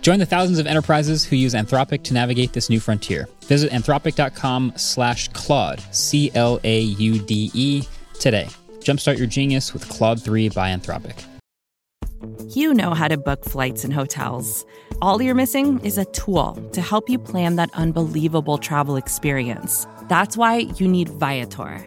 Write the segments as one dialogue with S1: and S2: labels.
S1: Join the thousands of enterprises who use Anthropic to navigate this new frontier. Visit anthropic.com slash Claude, C L A U D E, today. Jumpstart your genius with Claude 3 by Anthropic.
S2: You know how to book flights and hotels. All you're missing is a tool to help you plan that unbelievable travel experience. That's why you need Viator.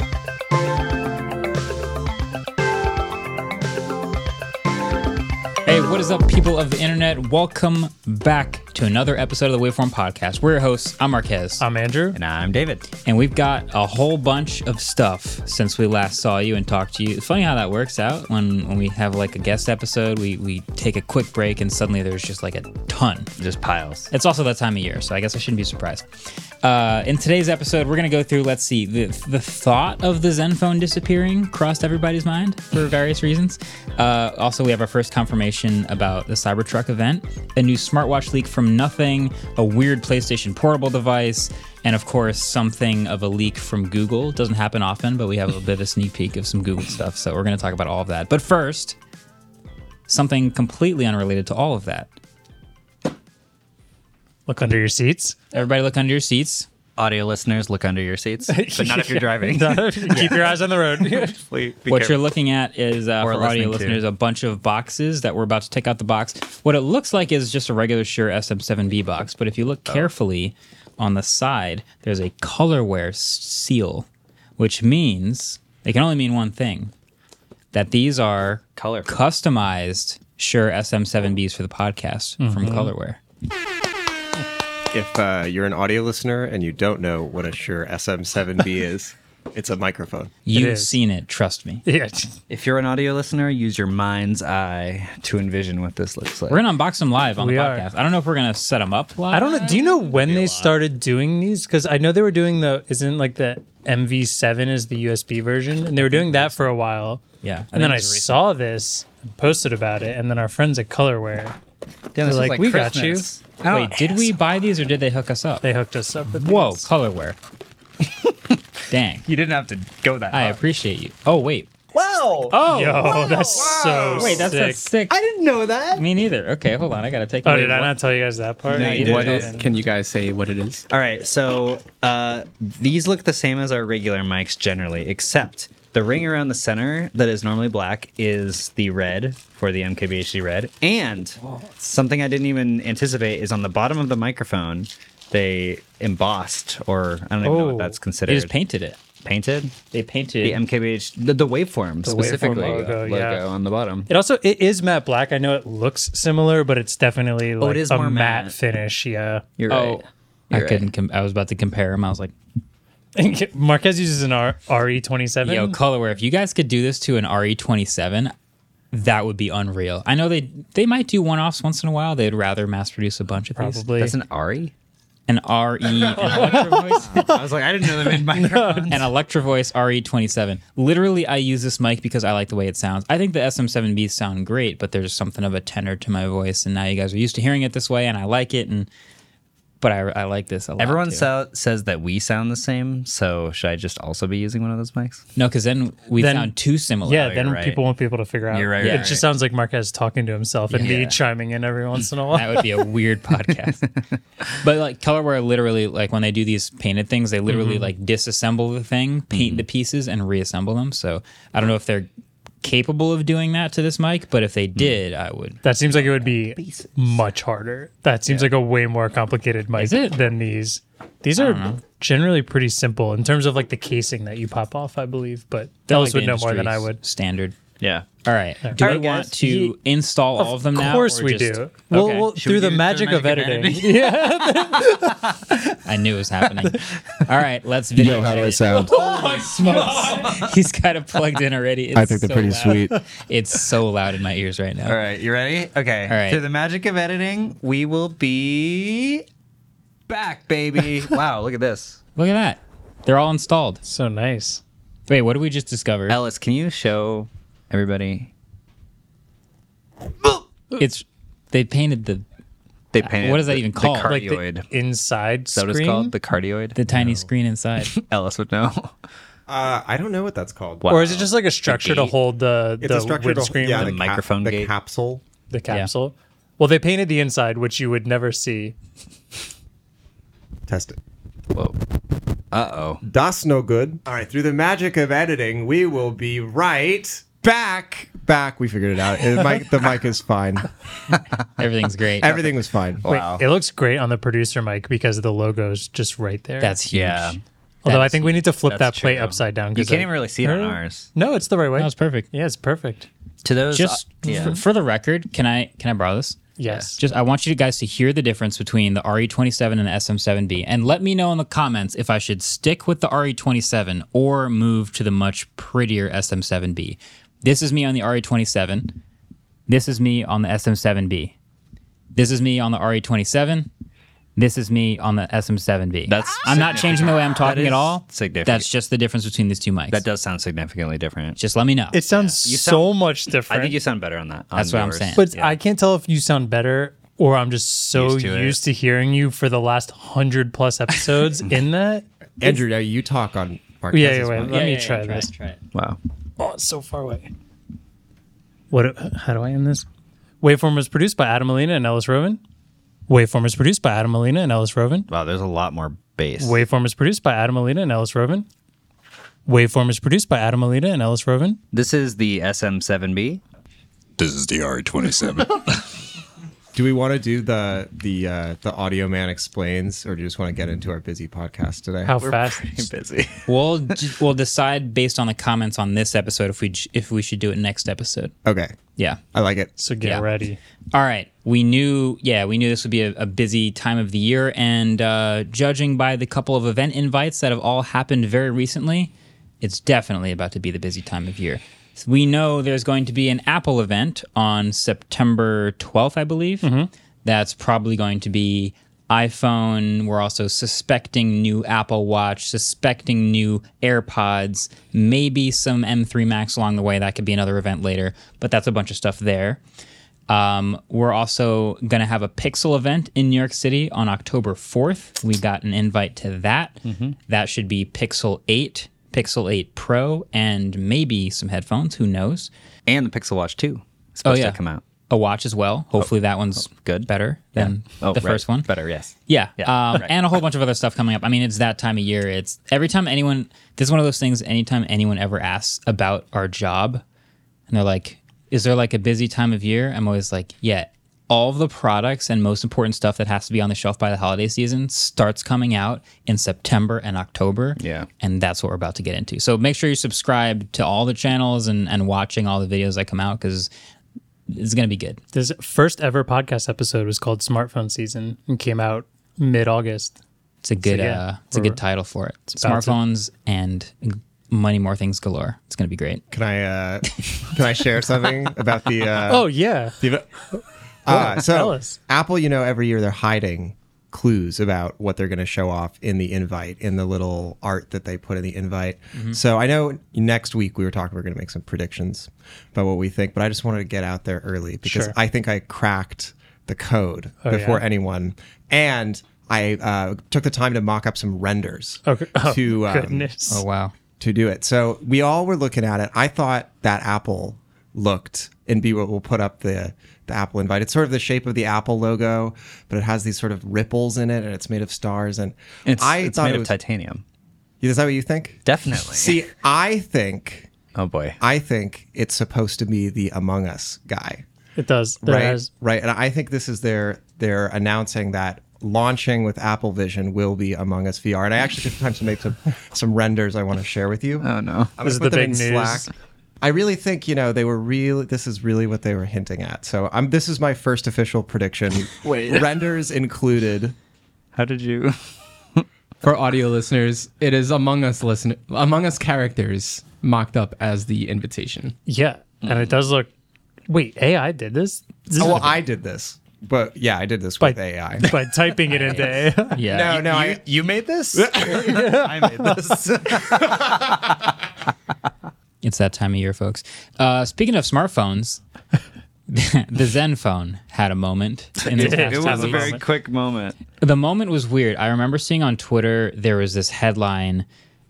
S1: Hey, what is up, people of the internet? Welcome back to another episode of the Waveform Podcast. We're your hosts. I'm Marquez.
S3: I'm Andrew.
S4: And I'm David.
S1: and we've got a whole bunch of stuff since we last saw you and talked to you. It's funny how that works out when, when we have like a guest episode, we, we take a quick break and suddenly there's just like a ton.
S4: Just piles.
S1: It's also that time of year, so I guess I shouldn't be surprised. Uh, in today's episode, we're going to go through, let's see, the, the thought of the Zenfone disappearing crossed everybody's mind for various reasons. Uh, also, we have our first confirmation about the Cybertruck event, a new smartwatch leak from nothing, a weird PlayStation portable device, and of course, something of a leak from Google. Doesn't happen often, but we have a bit of a sneak peek of some Google stuff, so we're going to talk about all of that. But first, something completely unrelated to all of that.
S3: Look under your seats.
S1: Everybody, look under your seats.
S4: Audio listeners, look under your seats, but not if you're driving.
S3: Keep your eyes on the road.
S4: Please be
S1: what
S4: careful.
S1: you're looking at is uh,
S4: Or
S1: for audio
S4: listening to.
S1: listeners a bunch of boxes that we're about to take out the box. What it looks like is just a regular Shure SM7B box, but if you
S4: Oh.
S1: look carefully on the side, there's a colorware s- seal, which means it can only mean one thing: that these are
S4: Colorful.
S1: customized Shure SM7Bs for the podcast from
S3: Mm-hmm.
S1: Colorware.
S5: If uh, you're an audio listener and you don't know what a Shure SM7B is, it's a microphone.
S1: You've
S3: is.
S1: seen it, trust me.
S3: yeah.
S4: If you're an audio listener, use your mind's eye to envision what this looks like.
S1: We're gonna unbox them live on
S3: We
S1: the
S3: are.
S1: podcast. I don't know if we're gonna set them up live.
S3: I don't know. Do you know when they started doing these? Because I know they were doing the isn't like the MV7 is the USB version, and they were doing that for a while.
S1: Yeah, I think
S3: And then
S1: it
S3: I
S1: was recent.
S3: saw this and posted about it, and then our friends at Colorware
S4: Dennis,
S3: They're
S4: it's
S3: like, "We got you."
S4: Christmas.
S1: Wait, did we buy these or did they hook us up?
S3: they hooked us up with.
S1: Oh, Whoa,
S3: these.
S1: colorware. Dang.
S4: You didn't have to go that
S1: I
S4: high.
S1: appreciate you. Oh, wait.
S5: Wow!
S1: Oh,
S3: Yo, that's so
S1: wait, that's
S3: sick.
S1: not sick.
S5: I didn't know that.
S1: Me neither. Okay, hold on. I got to take
S3: Oh,
S1: away
S3: did I
S1: one-
S3: not tell you guys that part?
S4: No, you
S6: What
S4: Yeah.
S6: is, can you guys say what it is?
S4: All right, so uh, these look the same as our regular mics generally, except the ring around the center that is normally black is the red for the MKBHD red, and something I didn't even anticipate is on the bottom of the microphone. They embossed, or I don't even know
S3: Oh.
S4: what that's considered.
S1: They just painted it.
S4: painted
S1: They
S4: the
S1: painted
S4: MKBHD, the, the waveform specifically.
S3: waveform logo, yeah.
S6: on the bottom.
S3: It also it is matte black. I know it looks similar, but it's definitely like
S4: Oh, it is
S3: a
S4: more
S3: matte,
S4: matte.
S3: finish. Yeah,
S4: You're
S1: Oh,
S4: right.
S1: I
S4: You're right.
S1: couldn't. Com- I was about to compare them. I was like,
S3: Marquez uses an R- E RE27.
S1: yo, colorware. If you guys could do this to an RE27, that would be unreal. I know they they might do one offs once in a while. They'd rather mass produce a bunch of these.
S3: probably.
S4: That's an Ari.
S1: An RE, an Electrovoice.
S4: I was like, I didn't know they made microphones.
S1: an Electra Voice RE27. E Literally, I use this mic because I like the way it sounds. I think the SM7Bs sound great, but there's something of a tenor to my voice, and now you guys are used to hearing it this way, and I like it. And but I, I like this a lot.
S4: Everyone
S1: too.
S4: so- says that we sound the same, so should I just also be using one of those mics?
S1: no, because then we
S3: Then-
S1: sound too similar.
S3: yeah, then
S4: you're right.
S3: people won't be able to figure out.
S4: You're right,
S3: It
S4: you're
S3: just
S4: right.
S3: sounds like Marquez talking to himself and me
S4: Yeah.
S3: chiming in every once in a while.
S1: that would be a weird podcast. But like colorware, literally, like when they do these painted things, they literally like disassemble the thing, paint the pieces, and reassemble them. So I don't know if they're capable of doing that to this mic, but if they did, I would.
S3: That seems like it would be much harder. That seems like a way more complicated mic
S1: Is it?
S3: than these. These are generally pretty simple in terms of like the casing that you pop off, I believe. But Dallas
S1: Like the
S3: would know more than I
S1: industry's
S3: would.
S1: Standard.
S4: Yeah.
S1: All right. Do
S4: All
S1: I
S4: right, guys.
S1: want to install all of them now?
S3: Of course
S1: or
S3: we
S1: just-
S3: do.
S1: Okay.
S3: Well,
S4: Should
S3: well,
S4: we
S3: through the
S4: do it
S3: magic, of editing. yeah.
S1: I knew it was happening. all right, let's video.
S6: Yo, how do I
S1: edit. Oh
S6: sound?
S1: He's got it plugged in already.
S6: I
S1: It's
S6: think they're
S1: so
S6: pretty
S1: loud.
S6: sweet.
S1: It's so loud in my ears right now.
S4: All right, you ready? Okay.
S1: All right.
S4: Through the magic of editing, we will be back, baby. wow, look at this.
S1: Look at that. They're all installed.
S3: So nice.
S1: Wait, what did we just discover?
S4: Ellis, can you show everybody?
S1: it's they painted the
S4: They painted
S1: What is that
S4: the-
S1: even called?
S4: The
S1: Like
S3: Like the
S4: cardioid.
S3: inside
S4: Is that
S3: screen.
S4: what it's called? The cardioid?
S1: the tiny screen inside.
S4: Ellis would know.
S5: Uh, I don't know what that's called.
S4: Wow.
S3: or is it just like a structure to
S4: gate.
S3: hold the
S5: It's
S3: the
S5: a structure to
S3: windscreen,
S5: yeah,
S4: the
S3: with
S5: cap-
S4: microphone
S5: the
S4: gate.
S5: capsule.
S3: the capsule? Well, they painted the inside, which you would never see.
S5: Test it.
S4: Whoa. Uh oh.
S5: That's no good. All right, through the magic of editing, we will be right back. Back, we figured it out. It, mic, the mic is fine.
S1: Everything's great.
S5: Everything was fine.
S3: Wait,
S4: Wow.
S3: it looks great on the producer mic because the logo's just right there.
S1: That's huge.
S4: Yeah.
S3: Although I
S1: that's-
S3: think we need to flip that
S4: That's
S3: plate
S4: true.
S3: upside down.
S4: You
S3: 'cause
S4: can't
S3: I-
S4: even really see it on
S3: No, no, no.
S4: ours.
S3: No, it's the right way.
S1: That was perfect.
S3: Yeah, it's perfect.
S4: To those. uh,
S1: Just
S4: yeah.
S1: for, for the record, can I can I borrow this?
S3: Yes.
S1: Just I want you guys to hear the difference between the RE27 and the SM7B, and let me know in the comments if I should stick with the RE27 or move to the much prettier SM7B. This is me on the RE27. This is me on the SM7B. This is me on the RE27. This is me on the SM7B.
S4: That's
S1: I'm not changing the way I'm talking
S4: That
S1: at
S4: is
S1: all.
S4: significant.
S1: That's just the difference between these two mics.
S4: that does sound significantly different.
S1: just let me know.
S3: it sounds so much different.
S4: I think you sound better on that. on
S1: That's what I'm
S4: yours.
S1: saying.
S3: but I can't tell if you sound better or I'm just so
S4: Used
S3: used
S4: to
S3: to,
S4: it.
S3: hearing you for the last hundred plus episodes in that.
S5: Andrew, now you talk on Mark.
S3: Yeah, yeah,
S5: Hess's
S3: wait.
S5: mic.
S3: Let me try this.
S1: It, try it.
S4: Wow.
S3: Oh, it's so far away. What? How do I end this? Waveform was produced by Adam Molina and Ellis Roven. Waveform is produced by Adam Molina and Ellis Roven.
S4: Wow, there's a lot more bass.
S3: Waveform is produced by Adam Alina and Ellis Roven. Waveform is produced by Adam Alina and Ellis Roven.
S4: This is the SM7B.
S7: This is DR27.
S5: Do we want to do the the uh, the audio man explains, or do you just want to get into our busy podcast today?
S3: How fast?
S4: busy.
S1: We'll j- we'll decide based on the comments on this episode if we j- if we should do it next episode.
S5: Okay,
S1: Yeah.
S5: I like it.
S3: So get
S1: Yeah.
S3: ready.
S1: All right. We knew yeah we knew this would be a, a busy time of the year, and uh, judging by the couple of event invites that have all happened very recently, it's definitely about to be the busy time of year. We know there's going to be an Apple event on September 12th, I believe. That's probably going to be iPhone. We're also suspecting new Apple Watch, suspecting new AirPods, maybe some M3 Max along the way. That could be another event later, but that's a bunch of stuff there. Um, we're also going to have a Pixel event in New York City on October 4th. We got an invite to that.
S4: Mm-hmm.
S1: That should be Pixel 8, Pixel 8 Pro, and maybe some headphones. Who knows?
S4: And the Pixel Watch 2. It's supposed
S1: yeah.
S4: to come out.
S1: A watch as well. Hopefully, that one's
S4: Oh, good.
S1: better than
S4: Oh,
S1: the
S4: right.
S1: first one.
S4: Better, yes.
S1: Yeah,
S4: Yeah,
S1: um,
S4: right.
S1: and a whole bunch of other stuff coming up. I mean, it's that time of year. It's every time anyone. This is one of those things. Anytime anyone ever asks about our job, and they're like, "Is there like a busy time of year?" I'm always like, "Yeah." All of the products and most important stuff that has to be on the shelf by the holiday season starts coming out in September and October.
S4: Yeah.
S1: And that's what we're about to get into. So make sure you subscribe to all the channels and, and watching all the videos that come out because it's going to be good.
S3: This first ever podcast episode was called Smartphone Season and came out mid August.
S1: It's a good.
S3: yeah,
S1: uh, it's a
S3: we're-
S1: good title for it.
S3: about to-
S1: Smartphones and many more things galore. It's going to be great.
S5: Can I uh, can I share something about the? Uh,
S3: Oh yeah.
S5: The- Uh, so
S3: tell us.
S5: Apple, you know, every year they're hiding clues about what they're going to show off in the invite, in the little art that they put in the invite.
S3: Mm-hmm.
S5: So I know next week we were talking we're going to make some predictions about what we think, but I just wanted to get out there early because
S3: Sure. Oh,
S5: I think I cracked the code
S3: yeah?
S5: before anyone, and I uh, took the time to mock up some renders
S3: Okay. Oh,
S5: to um,
S3: goodness.
S1: wow.
S5: to do it. So we all were looking at it. I thought that apple looked and be what will put up the the apple invite. It's sort of the shape of the apple logo, but it has these sort of ripples in it, and it's made of stars. And
S4: It's,
S5: I
S4: it's
S5: thought
S4: made
S5: it
S4: of
S5: was.
S4: titanium.
S5: is that what you think?
S4: Definitely.
S5: See, I think
S4: Oh boy.
S5: I think it's supposed to be the Among Us guy,
S3: It does. There
S5: right?
S3: is-
S5: Right, and I think this is their they're announcing that launching with Apple Vision will be Among Us VR. And I actually took the time to make some some renders I want to share with you.
S6: Oh no.
S5: I'm gonna
S3: This is
S5: put
S3: the
S5: them
S3: big
S5: in
S3: news.
S5: Slack. I really think you know they were really. This is really what they were hinting at. So I'm. This is my first official prediction.
S6: Wait.
S5: renders included.
S4: How did you?
S6: For audio listeners, it is Among Us listen Among Us characters mocked up as the invitation.
S3: Yeah, and it does look. Wait, AI did this. This is
S5: Oh, well, I did this, but yeah, I did this
S3: by
S5: with AI.
S3: by typing it into AI.
S1: Yeah.
S5: No, no,
S4: you,
S5: I.
S4: you made this? I made this.
S1: It's that time of year, folks. Uh, speaking of smartphones, the Zen phone had a moment. In this
S4: it
S1: past
S3: Have
S4: was
S3: a
S4: a very
S3: moment.
S4: quick moment.
S1: The moment was weird. I remember seeing on Twitter there was this headline,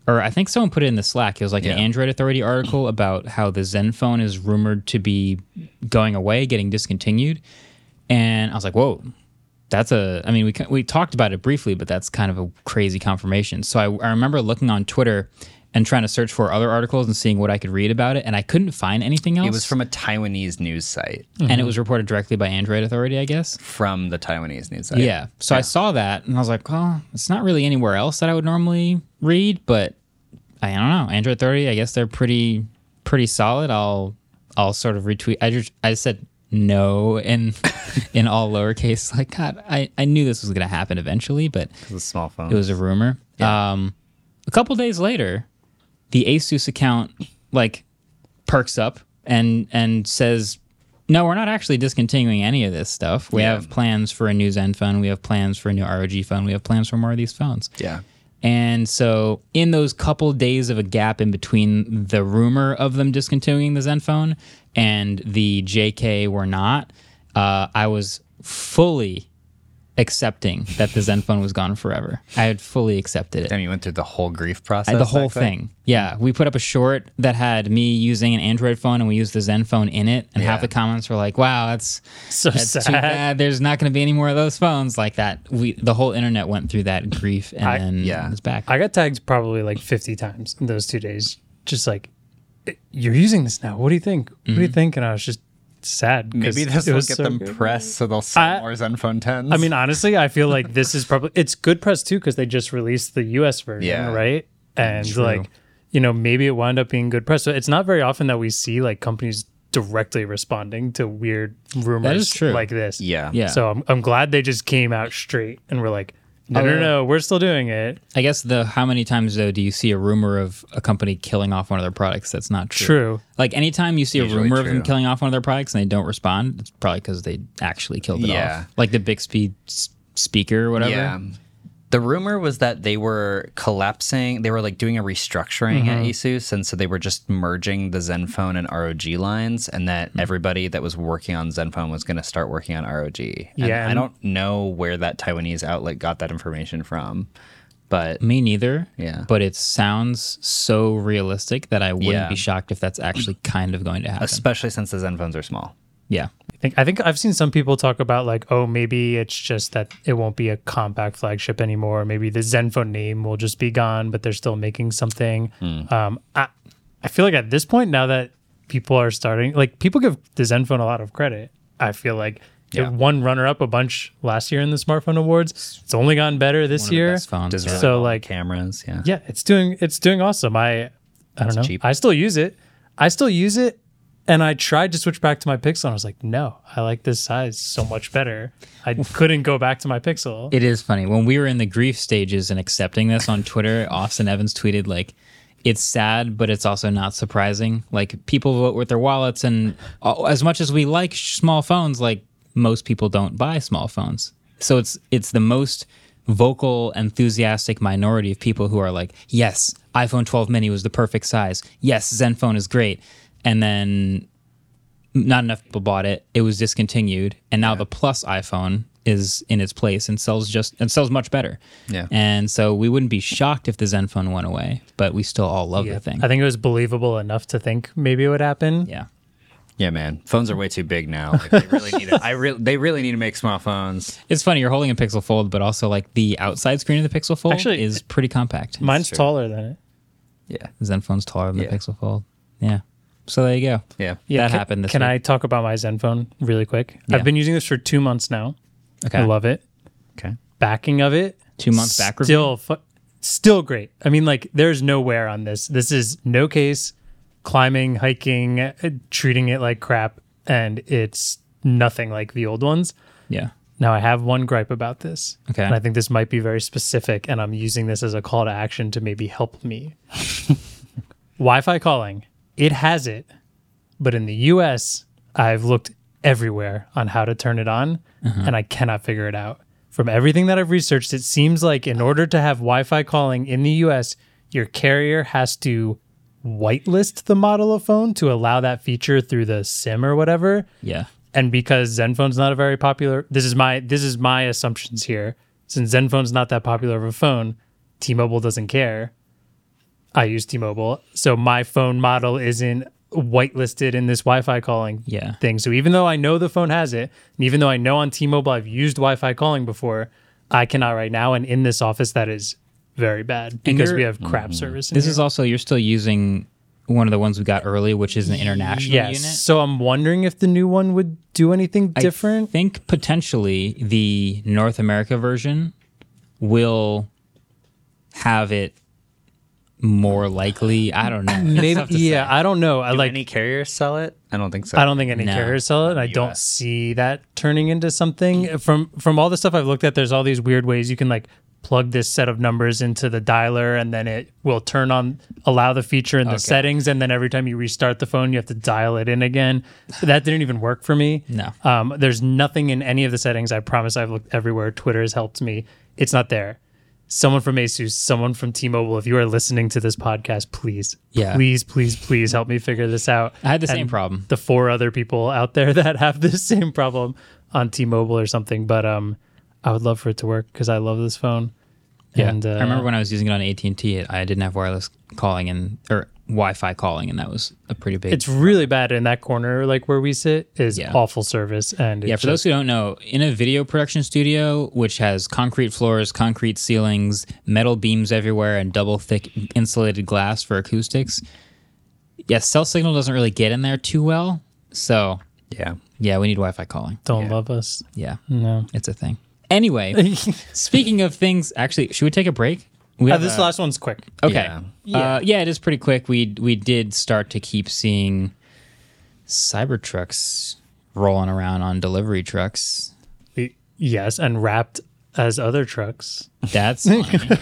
S1: or I think someone put it in the Slack. It was like an Android Authority article about how the Zen phone is rumored to be going away, getting discontinued. And I was like, whoa, that's a. I mean, we ca- we talked about it briefly, but that's kind of a crazy confirmation. So I, I remember looking on Twitter and trying to search for other articles and seeing what I could read about it, and I couldn't find anything else.
S8: It was from Mm-hmm. a Taiwanese news site.
S1: and it was reported directly by Android Authority, I guess.
S8: From the Taiwanese news site.
S1: Yeah. So I saw that and I was like, well, it's not really anywhere else that I would normally read, but I don't know. Android 30, I guess they're pretty pretty solid. I'll I'll sort of retweet. I just I said no in in all lowercase. Like God, I, I knew this was gonna happen eventually, but
S4: It was a small phone.
S1: it was a rumor. Um, a couple days later, the Asus account like perks up and and says, "No, we're not actually discontinuing any of this stuff. We have plans for a new Zen phone. We have plans for a new ROG phone. We have plans for more of these phones."
S8: Yeah.
S1: And so, in those couple days of a gap in between the rumor of them discontinuing the Zen phone and the JK were not, uh, I was fully accepting that the Zen phone was gone forever. I had fully accepted it.
S8: Damn, you went through the whole grief process.
S1: I- the whole
S8: back then?
S1: thing. Yeah. We put up a short that had me using an Android phone and we used the Zen phone in it. And half
S8: Yeah.
S1: the comments were like, wow, that's
S3: so
S1: that's
S3: sad.
S1: too bad. There's not going to be any more of those phones like that. We the whole internet went through that grief, and
S3: I-
S1: then
S8: yeah.
S1: it's back.
S3: I got tagged probably like 50 times in those two days. Just like, you're using this now. What do you think? What do you think? And I was just sad. 'cause
S8: Maybe this
S3: it
S8: will
S3: was
S8: get
S3: so
S8: them
S3: good.
S8: press so they'll sell
S3: I-
S8: more Zenfone 10s.
S3: I mean, honestly, I feel like this is probably it's good press too because they just released the U.S. version,
S8: Yeah.
S3: right? And like, you know, maybe it wound up being good press. So it's not very often that we see like companies directly responding to weird rumors
S1: true.
S3: like this.
S8: Yeah.
S1: Yeah.
S3: So I'm, I'm glad they just came out straight and were like, no,
S8: Oh,
S3: no, no, no, we're still doing it.
S1: I guess the how many times though do you see a rumor of a company killing off one of their products that's not true?
S3: True.
S1: Like anytime you see a
S8: Usually
S1: rumor of them
S8: true.
S1: killing off one of their products and they don't respond, it's probably because they actually killed it
S8: Yeah.
S1: off. Like the Bixby s- speaker or whatever.
S8: yeah. The rumor was that they were collapsing. They were like doing a restructuring at
S3: Mm-hmm.
S8: Asus, and so they were just merging the Zenfone and ROG lines, and that
S3: Mm-hmm.
S8: everybody that was working on Zenfone was going to start working on ROG. And
S3: Yeah,
S8: I
S3: and-
S8: don't know where that Taiwanese outlet got that information from, but
S3: Mm-hmm.
S1: Me neither.
S8: Yeah.
S1: But it sounds so realistic that I wouldn't
S8: Yeah.
S1: be shocked if that's actually kind of going to happen.
S8: especially since the Zenfones are small.
S1: yeah.
S3: I think I think I've seen some people talk about like, oh, maybe it's just that it won't be a compact flagship anymore. Maybe the Zenfone name will just be gone, but they're still making something.
S1: Hmm.
S3: Um, I I feel like at this point now that people are starting, like people give the Zenfone a lot of credit. I feel like
S8: Yeah.
S3: it won runner up a bunch last year in the smartphone awards. It's only gotten better this
S1: the
S3: year.
S1: best phones,
S8: Does
S1: yeah.
S8: really
S3: So,
S8: well
S3: like-
S8: cameras, yeah.
S3: Yeah, it's doing it's doing awesome. I I don't know.
S8: cheap.
S3: I still use it. I still use it. And I tried to switch back to my Pixel, and I was like, "No, I like this size so much better." I couldn't go back to my Pixel.
S1: It is funny. When we were in the grief stages and accepting this on Twitter, Austin Evans tweeted like it's sad, but it's also not surprising. Like people vote with their wallets, and uh, as much as we like sh- small phones, like most people don't buy small phones. So it's it's the most vocal, enthusiastic minority of people who are like, "Yes, iPhone 12 mini was the perfect size. Yes, Zenfone is great," and then not enough people bought it. It was discontinued, and now the Plus iPhone is in its place and sells just and sells much better.
S8: Yeah.
S1: And so we wouldn't be shocked if the Zenfone went away, but we still all love the thing.
S3: I think it was believable enough to think maybe it would happen.
S1: yeah.
S8: Yeah, man. Phones are way too big now. Like, they really need to, I re- they really need to make small phones.
S1: It's funny you're holding a Pixel Fold, but also like the outside screen of the Pixel Fold
S3: Actually,
S1: is pretty compact.
S3: Mine's taller than it.
S8: Yeah.
S1: Zenphone's taller than
S8: Yeah.
S1: the Pixel Fold. Yeah. So there you go.
S8: Yeah.
S1: That
S3: can,
S1: happened this
S3: Can
S1: week.
S3: I talk about my Zen phone really quick?
S1: Yeah.
S3: I've been using this for two months now.
S1: Okay.
S3: I love it.
S8: Okay.
S3: Backing of it.
S1: Two months back review?
S3: Still, fu- still great. I mean, like, there's no wear on this. This is no case, climbing, hiking, uh, treating it like crap, and it's nothing like the old ones.
S1: Yeah.
S3: Now, I have one gripe about this.
S1: Okay.
S3: And I think this might be very specific, and I'm using this as a call to action to maybe help me. wi Fi calling, it has it, but in the US, I've looked everywhere on how to turn it on, and I cannot figure it out. From everything that I've researched, it seems like in order to have Wi Fi calling in the US, your carrier has to whitelist the model of phone to allow that feature through the SIM or whatever
S1: Yeah.
S3: and because Zenphone's not a very popular this is my this is my assumptions here. Since Zenphone's not that popular of a phone, T-Mobile doesn't care. I use T-Mobile, so my phone model isn't whitelisted in this Wi-Fi calling
S1: Yeah.
S3: thing. So even though I know the phone has it, and even though I know on T-Mobile I've used Wi-Fi calling before, I cannot right now. And in this office, that is very bad because
S1: you're- Mm-hmm.
S3: we have crap service. in
S1: This
S3: here.
S1: is also you're still using one of the ones we got early, which is an international
S3: yes.
S1: unit.
S3: So I'm wondering if the new one would do anything different.
S1: I think potentially the North America version will have it more likely. I don't know.
S3: Maybe, yeah, I don't know. I
S8: Do
S3: like
S8: any carriers sell it? I don't think so.
S3: I don't think any
S1: No.
S3: carriers sell it, and I don't see that turning into something. From from all the stuff I've looked at, there's all these weird ways you can like plug this set of numbers into the dialer, and then it will turn on allow the feature in the settings, and then every time you restart the phone, you have to dial it in again. That didn't even work for me.
S1: No.
S3: um, there's nothing in any of the settings. I promise. I've looked everywhere. Twitter has helped me. It's not there. Someone from ASUS, someone from T-Mobile, if you are listening to this podcast, please,
S1: Yeah.
S3: please, please, please help me figure this out
S1: I had the
S3: and
S1: same problem.
S3: The four other people out there that have the same problem on T-Mobile or something, but um, I would love for it to work because I love this phone.
S1: Yeah.
S3: and, uh,
S1: I remember when I was using it on AT and T, I didn't have wireless calling and or Wi-Fi calling, and that was a pretty big.
S3: it's really bad in that corner, like where we sit, is
S1: Yeah.
S3: awful service. And
S1: yeah,
S3: it's
S1: for those
S3: just-
S1: who don't know, in a video production studio, which has concrete floors, concrete ceilings, metal beams everywhere, and double thick insulated glass for acoustics, yeah, cell signal doesn't really get in there too well. So,
S8: Yeah.
S1: yeah, we need Wi Fi calling.
S3: don't love us.
S1: Yeah.
S3: No.
S1: It's a thing. Anyway, speaking of things, actually, should we take a break? We
S3: Uh,
S1: have
S3: this
S1: a-
S3: last one's quick.
S1: okay.
S8: Yeah.
S1: Uh, Yeah. it is pretty quick. We we did start to keep seeing Cybertrucks rolling around on delivery trucks.
S3: Y- Yes, and wrapped as other trucks.
S1: That's funny.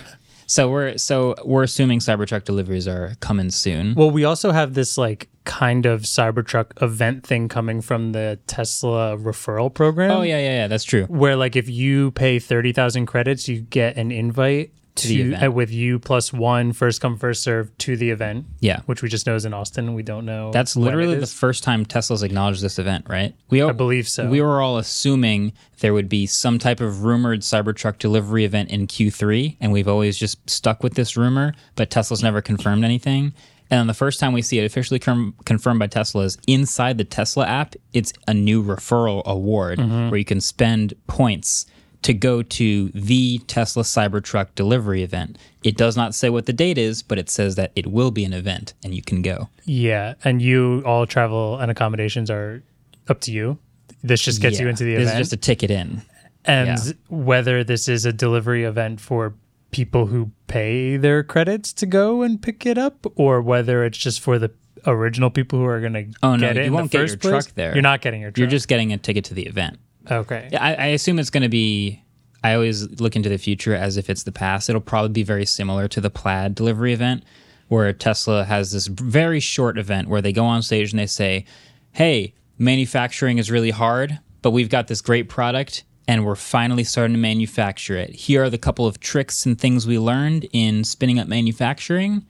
S1: so we're so we're assuming Cybertruck deliveries are coming soon.
S3: Well, we also have this like kind of Cybertruck event thing coming from the Tesla referral program.
S1: oh yeah, yeah, yeah. That's true.
S3: where like if you pay 30,000 credits you get an invite to,
S1: the event.
S3: uh, with you plus one first come first serve to the event
S1: Yeah.
S3: which we just know is in austin we don't know
S1: That's
S3: when it
S1: literally the
S3: is.
S1: first time Tesla's acknowledged this event, right? We all,
S3: believe so.
S1: We were all assuming there would be some type of rumored Cybertruck delivery event in Q3, and we've always just stuck with this rumor, but Tesla's never confirmed anything. And then the first time we see it officially com- confirmed by Tesla is inside the Tesla app. It's a new referral award
S3: Mm-hmm.
S1: where you can spend points to go to the Tesla Cybertruck delivery event. It does not say what the date is, but it says that it will be an event and you can go.
S3: yeah and you all travel and accommodations are up to you this just gets you
S1: Yeah.
S3: into the
S1: this
S3: event
S1: is just a ticket in.
S3: and
S1: yeah.
S3: whether this is a delivery event for people who pay their credits to go and pick it up or whether it's just for the original people who are going to
S1: Oh, no,
S3: get it
S1: you
S3: in the
S1: won't get your
S3: first place.
S1: truck there.
S3: you're not getting your truck
S1: You're just getting a ticket to the event.
S3: okay
S1: I, I assume it's going to be. I always look into the future as if it's the past. It'll probably be very similar to the plaid delivery event, where Tesla has this very short event where they go on stage and they say, "Hey, manufacturing is really hard, but we've got this great product." And we're finally starting to manufacture it. Here are the couple of tricks and things we learned in spinning up manufacturing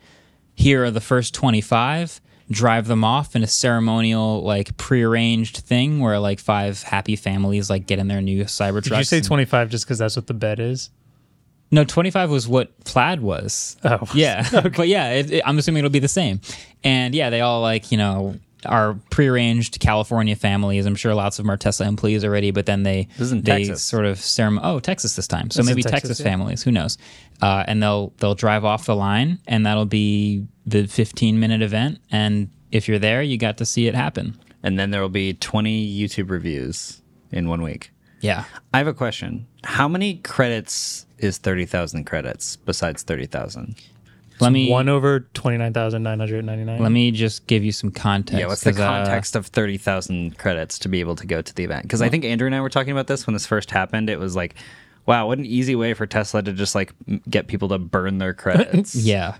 S1: here are the first 25 drive them off in a ceremonial like prearranged thing where like five happy families like get in their new cybertrucks
S3: Did you say
S1: and-
S3: 25 just because that's what the bet is?
S1: no 25 was what plaid was
S3: Oh.
S1: yeah but yeah it, it- i'm assuming it'll be the same and yeah they all like you know are prearranged California families. I'm sure lots of them are Tesla employees already, but then they
S8: This is in
S1: they
S8: Texas.
S1: sort of ceremony. Oh, Texas this time. So
S3: This is
S1: maybe
S3: Texas,
S1: Texas,
S3: yeah.
S1: families. Who knows? Uh, and they'll they'll drive off the line, and that'll be the 15 minute event. And if you're there, you got to see it happen.
S8: And then there will be 20 YouTube reviews in one week.
S1: Yeah.
S8: I have a question. How many credits is 30,000 credits besides 30,000?
S1: Let me
S3: One over twenty nine thousand nine hundred ninety nine.
S1: let me just give you some context.
S8: Yeah, what's the
S1: 'cause, uh,
S8: context of 30,000 credits to be able to go to the event? Because I think Andrew and I were talking about this when this first happened. It was like, wow, what an easy way for Tesla to just like m- get people to burn their credits.
S1: Yeah.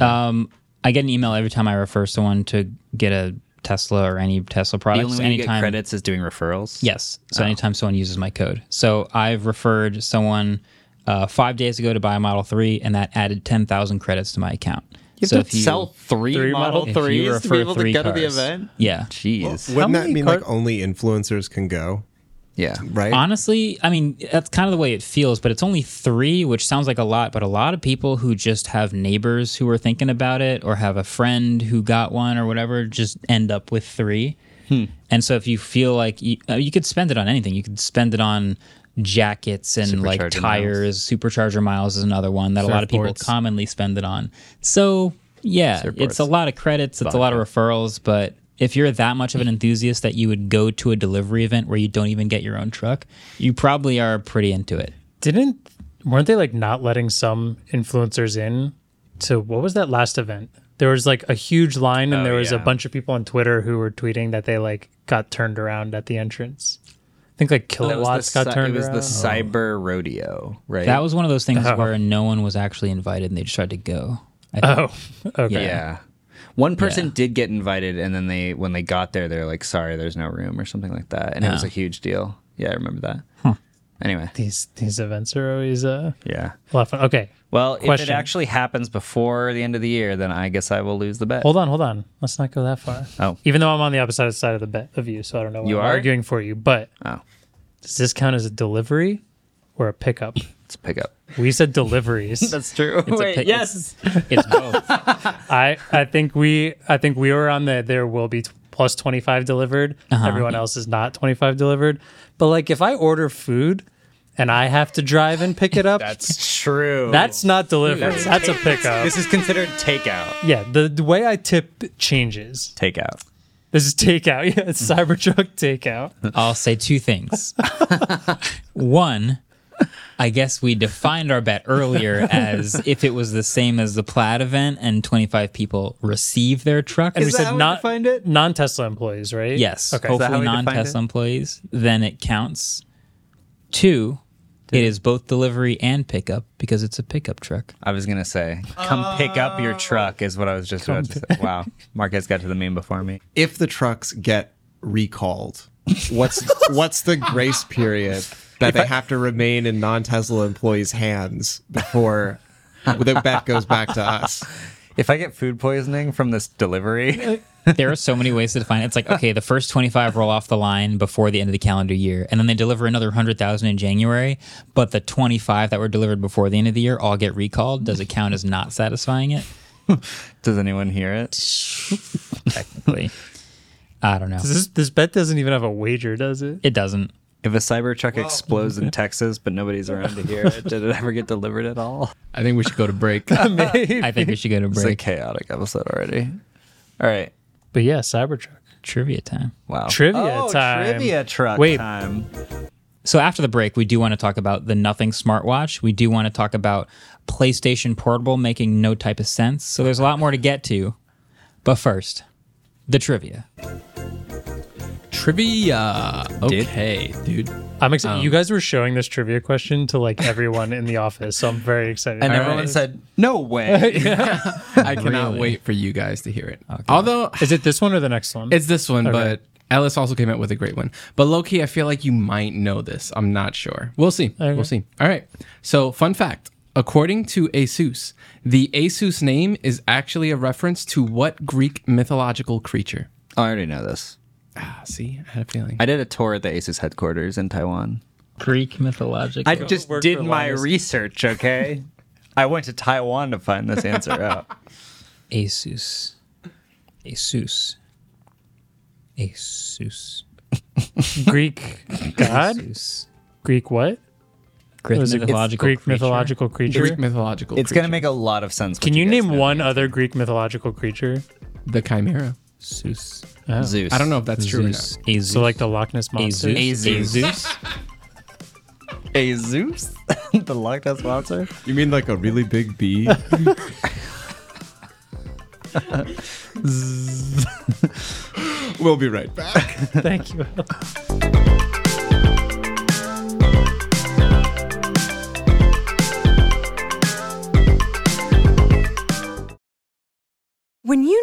S1: Um, I get an email every time I refer someone to get a Tesla or any Tesla
S8: The
S1: product.
S8: only way you get Oh.
S1: anytime,
S8: credits is doing referrals.
S1: Yes. So anytime someone uses my code. So I've referred someone uh, five days ago to buy a Model 3, and that added 10,000 credits to my account.
S8: You have
S1: so
S8: to sell three,
S3: Three
S8: Model
S3: Model-
S1: if you
S8: 3s to be
S1: refer
S8: able to
S1: three
S8: go to the
S1: cars.
S8: event?
S1: Yeah.
S8: Jeez.
S5: Wouldn't that
S3: many
S5: mean
S3: car-
S5: like only influencers can go?
S8: yeah.
S5: Right?
S1: Honestly, I mean, that's kind of the way it feels, but it's only three, which sounds like a lot, but a lot of people who just have neighbors who are thinking about it or have a friend who got one or whatever just end up with three. And so if you feel like you, uh, you could spend it on anything, you could spend it on jackets and like
S8: Supercharger
S1: tires, supercharger miles is another one that a lot of people
S6: Surfboards.
S1: commonly spend it on. So, yeah, it's a
S8: Surfboards.
S1: lot of credits, it's a lot of referrals, but if you're that much of an enthusiast that you would go to a delivery event where you don't even get your own truck, you probably are pretty into it.
S3: Didn't weren't they like not letting some influencers in to what was that last event? There was like a huge line and there was a
S8: Oh, yeah.
S3: bunch of people on Twitter who were tweeting that they like got turned around at the entrance. I think like
S8: That was the
S3: kilowatts got
S8: cy-
S3: turned
S8: It was
S3: around.
S8: the cyber rodeo, right?
S1: That was one of those things where no one was actually invited and they just tried to go. I think.
S3: oh, okay.
S8: yeah. One person did get invited, and then they when they got there, they're like, "Sorry, there's no room" or something like that, and it was a huge deal. Yeah, I remember that. Anyway,
S3: These these events are always uh,
S8: yeah.
S3: a lot of fun. Okay,
S8: Well, if
S3: Question.
S8: it actually happens before the end of the year, then I guess I will lose the bet.
S3: hold on, hold on. Let's not go that far.
S8: Oh.
S3: even though I'm on the opposite side of the bet of you, so I don't know. Why
S8: You
S3: I'm
S8: are?
S3: arguing for you, but
S8: Oh,
S3: does this count as a delivery or a pickup?
S8: it's a pickup.
S3: we said deliveries.
S8: That's true.
S1: It's a
S8: Wait,
S1: pic-
S8: yes.
S1: It's both.
S3: I I think we I think we were on the there will be t- plus 25 delivered.
S8: Uh-huh.
S3: Everyone else is not 25 delivered. But like if I order food and I have to drive and pick it up, that's,
S8: true.
S3: not delivery. That's a pickup.
S8: this is considered takeout.
S3: yeah, the, the way I tip changes.
S8: Takeout.
S3: This is takeout. Yeah,
S8: Mm.
S3: it's Cybertruck takeout.
S1: I'll say two things. One, I guess we defined our bet earlier as if it was the same as the plaid event and 25 people receive their truck.
S3: we
S8: how
S3: said
S8: we
S3: not
S8: defined it?
S3: non-Tesla employees, right?
S1: Yes.
S3: Okay.
S8: that how
S1: Hopefully
S8: we
S1: non
S8: defined
S1: Tesla
S8: it?
S1: employees. Then it counts. Two, it is both delivery and pickup because it's a pickup truck.
S8: I was gonna say, come pick up your truck is what I was just about to say. Wow, Marquez got to the meme before me.
S5: if the trucks get recalled, what's what's the grace period that they have to remain in non-Tesla employees' hands before the bet goes back to us?
S8: If I get food poisoning from this delivery,
S1: There are so many ways to define it. It's like, okay, the first 25 roll off the line before the end of the calendar year, and then they deliver another 100,000 in January, but the 25 that were delivered before the end of the year all get recalled. Does it count as not satisfying it?
S8: does anyone hear it?
S1: Technically. I don't know.
S3: This this bet doesn't even have a wager, does it?
S1: It doesn't.
S8: If a cyber truck explodes in Texas but nobody's around to hear it, did it ever get delivered at all?
S6: I think we should go to break.
S1: I think we should go to
S8: It's a
S1: break.
S8: chaotic episode already. All right.
S3: But yeah, Cybertruck.
S1: Trivia time.
S8: Wow.
S3: Trivia
S8: oh,
S3: time.
S8: Trivia truck
S3: Wait.
S8: time.
S1: So after the break, we do want to talk about the Nothing smartwatch. We do want to talk about PlayStation Portable making no type of sense. So there's a lot more to get to. But first, the trivia.
S6: Trivia.
S8: Dude.
S6: Okay, dude.
S3: I'm excited. you guys were showing this trivia question to like everyone in the office, so I'm very excited.
S8: And everyone said, no way.
S6: I cannot wait for you guys to hear it. Although
S3: "Is it this one or the next one?"
S6: it's this one, but Ellis also came out with a great one. But Loki, I feel like you might know this. I'm not sure. We'll see. We'll see. All right. So, fun fact. According to Asus, the Asus name is actually a reference to what Greek mythological creature?
S8: I already know this.
S6: Ah, see, I had a feeling.
S8: I did a tour at the ASUS headquarters in Taiwan.
S1: Greek mythological.
S8: I just did my research, okay? I went to Taiwan to find this answer out.
S1: Asus. Asus. Asus.
S3: Greek god?
S1: Asus.
S3: Greek what?
S1: Greek
S3: Was it
S1: mythological
S3: Greek
S1: creature.
S3: mythological creature.
S6: Greek mythological.
S8: It's going to
S6: creature.
S8: make a lot of sense.
S3: Can
S8: when
S3: you
S8: guys
S3: name
S8: know
S3: one
S8: the
S3: other Greek mythological creature?
S6: the chimera.
S1: Zeus.
S3: Oh.
S8: answer. Zeus.
S6: I don't know if that's true or not.
S1: Zeus. Azus.
S3: So like the Loch Ness monster.
S1: Azus.
S8: Azus.
S1: Azus.
S8: A Zeus? the Loch Ness Monster?
S5: You mean like a really big bee? we'll be right back.
S3: Thank you.
S9: When you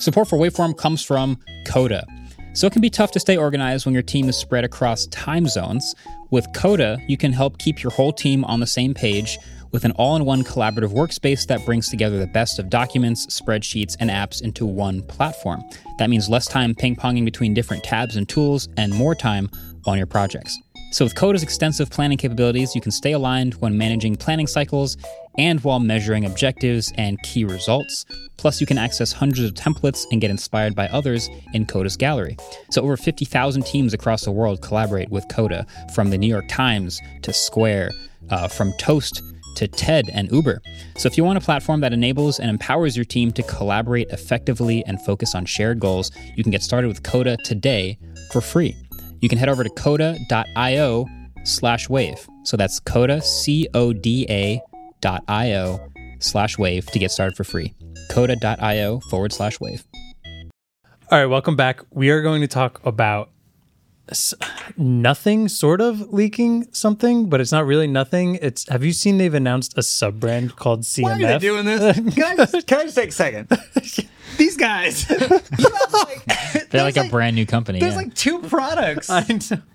S1: Support for Waveform comes from Coda. So it can be tough to stay organized when your team is spread across time zones. With Coda, you can help keep your whole team on the same page with an all in one collaborative workspace that brings together the best of documents, spreadsheets, and apps into one platform. That means less time ping ponging between different tabs and tools and more time on your projects. So, with Coda's extensive planning capabilities, you can stay aligned when managing planning cycles and while measuring objectives and key results. Plus, you can access hundreds of templates and get inspired by others in Coda's gallery. So, over 50,000 teams across the world collaborate with Coda, from the New York Times to Square, uh, from Toast to TED and Uber. So if you want a platform that enables and empowers your team to collaborate effectively and focus on shared goals, you can get started with Coda today for free. You can head over to coda.io slash wave. So that's coda, C O D A dot io slash wave to get started for free. Coda.io forward slash wave.
S3: All right, welcome back. We are going to talk about s- nothing sort of leaking something, but it's not really nothing. It's have you seen they've announced a sub brand called CMF?
S4: Why are they doing this? Can I, can I just take a second? These guys.
S1: They're like, a brand new company.
S4: There's
S1: yeah.
S4: like two products.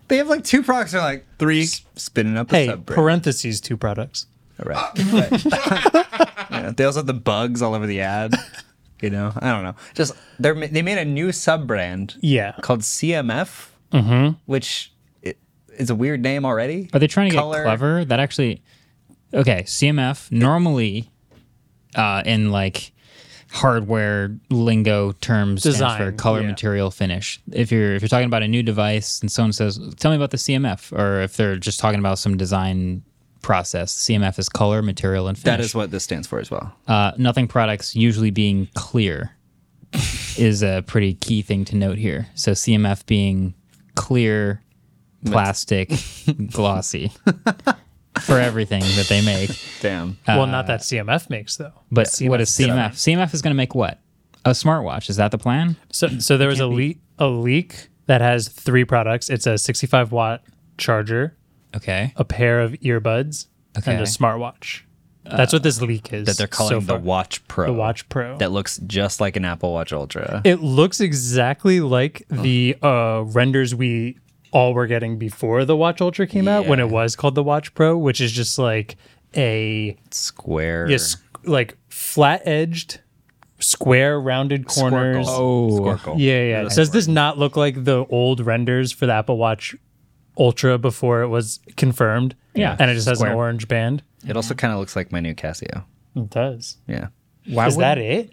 S4: They have like two products. They're like three spinning up.
S3: Hey,
S4: a sub
S3: parentheses two products.
S4: Right. right. Yeah, they also have the bugs all over the ad. You know, I don't know. Just they are they made a new sub brand.
S3: Yeah.
S4: Called CMF, which i- is a weird name already.
S1: Are they trying to
S4: Color.
S1: get clever? That actually, okay. CMF normally, uh, in like hardware lingo terms, stands for
S3: Design,
S1: color,
S3: yeah.
S1: material, finish. If you're if you're talking about a new device and someone says, "Tell me about the CMF," or if they're just talking about some design process, CMF is color, material, and finish.
S4: That is what this stands for as well.
S1: uh, nothing products usually being clear is a pretty key thing to note here. So CMF being clear, plastic, glossy for everything that they make.
S4: Damn.
S3: well, not that CMF makes though.
S1: But what is CMF? CMF is going to make what? A smartwatch. Is that the plan?
S3: So, so there was a leak, a leak that has three products. It's a 65 watt charger,
S1: Okay.
S3: a pair of earbuds, and
S1: Okay.
S3: a smartwatch. That's what this leak is.
S4: Uh, That they're calling
S3: so
S4: the
S3: far.
S4: Watch Pro.
S3: The Watch Pro.
S4: That looks just like an Apple Watch Ultra.
S3: It looks exactly like
S4: Oh.
S3: the uh, renders we all were getting before the Watch Ultra came out when it was called the Watch Pro, which is just like a
S4: Square.
S3: yes, like flat edged, square rounded corners.
S4: Oh.
S3: Yeah, yeah. Does this not look like the old renders for the Apple Watch Ultra before it was confirmed?
S1: Yeah.
S3: And it just has an
S1: Square.
S3: orange band.
S4: It also kind of looks like my new Casio.
S3: It does.
S4: Yeah.
S1: Why
S3: Is
S1: would-
S3: that it?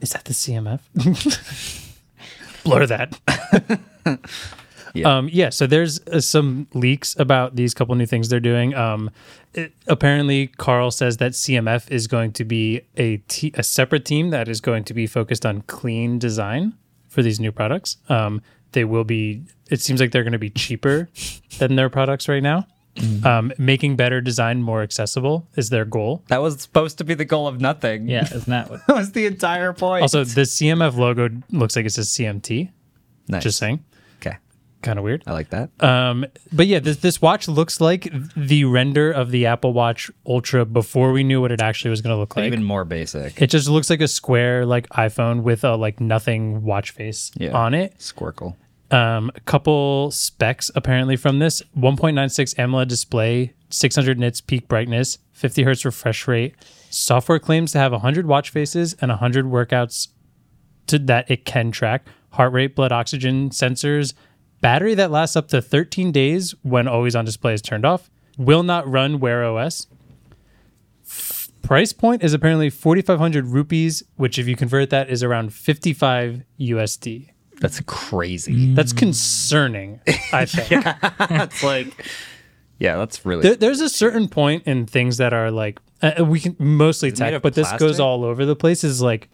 S3: Is that the CMF? Blur that. yeah. Um, yeah. So there's uh, some leaks about these couple new things they're doing. Um, it- apparently, Carl says that CMF is going to be a te- a separate team that is going to be focused on clean design for these new products. Um, they will be. It seems like they're going to be cheaper than their products right now.
S1: Mm-hmm.
S3: Um, making better design more accessible is their goal.
S4: That was supposed to be the goal of nothing.
S1: Yeah, isn't that what?
S4: That was the entire point.
S3: Also, the CMF logo looks like it says CMT.
S4: nice. Oh.
S3: Just saying,
S4: Okay.
S3: kind of weird.
S4: I like that.
S3: Um, but yeah, this this watch looks like the render of the Apple Watch Ultra before we knew what it actually was going to look like.
S4: Even more basic.
S3: it just looks like a square like iPhone with a like nothing watch face
S4: Yeah.
S3: on it.
S4: Squircle.
S3: Um, a couple specs apparently from this 1.96 AMOLED display, 600 nits peak brightness, 50 hertz refresh rate. Software claims to have 100 watch faces and 100 workouts to that it can track, heart rate, blood oxygen sensors, battery that lasts up to 13 days when always on display is turned off, will not run Wear OS. F- Price point is apparently 4,500 rupees, which if you convert that is around 55 USD.
S8: That's crazy.
S3: That's concerning, I think.
S8: That's like, yeah, that's really.
S3: There, there's a certain point in things that are like uh, we can mostly
S8: made
S3: tech,
S8: of
S3: but this goes
S8: plastic?
S3: all over the place. Is like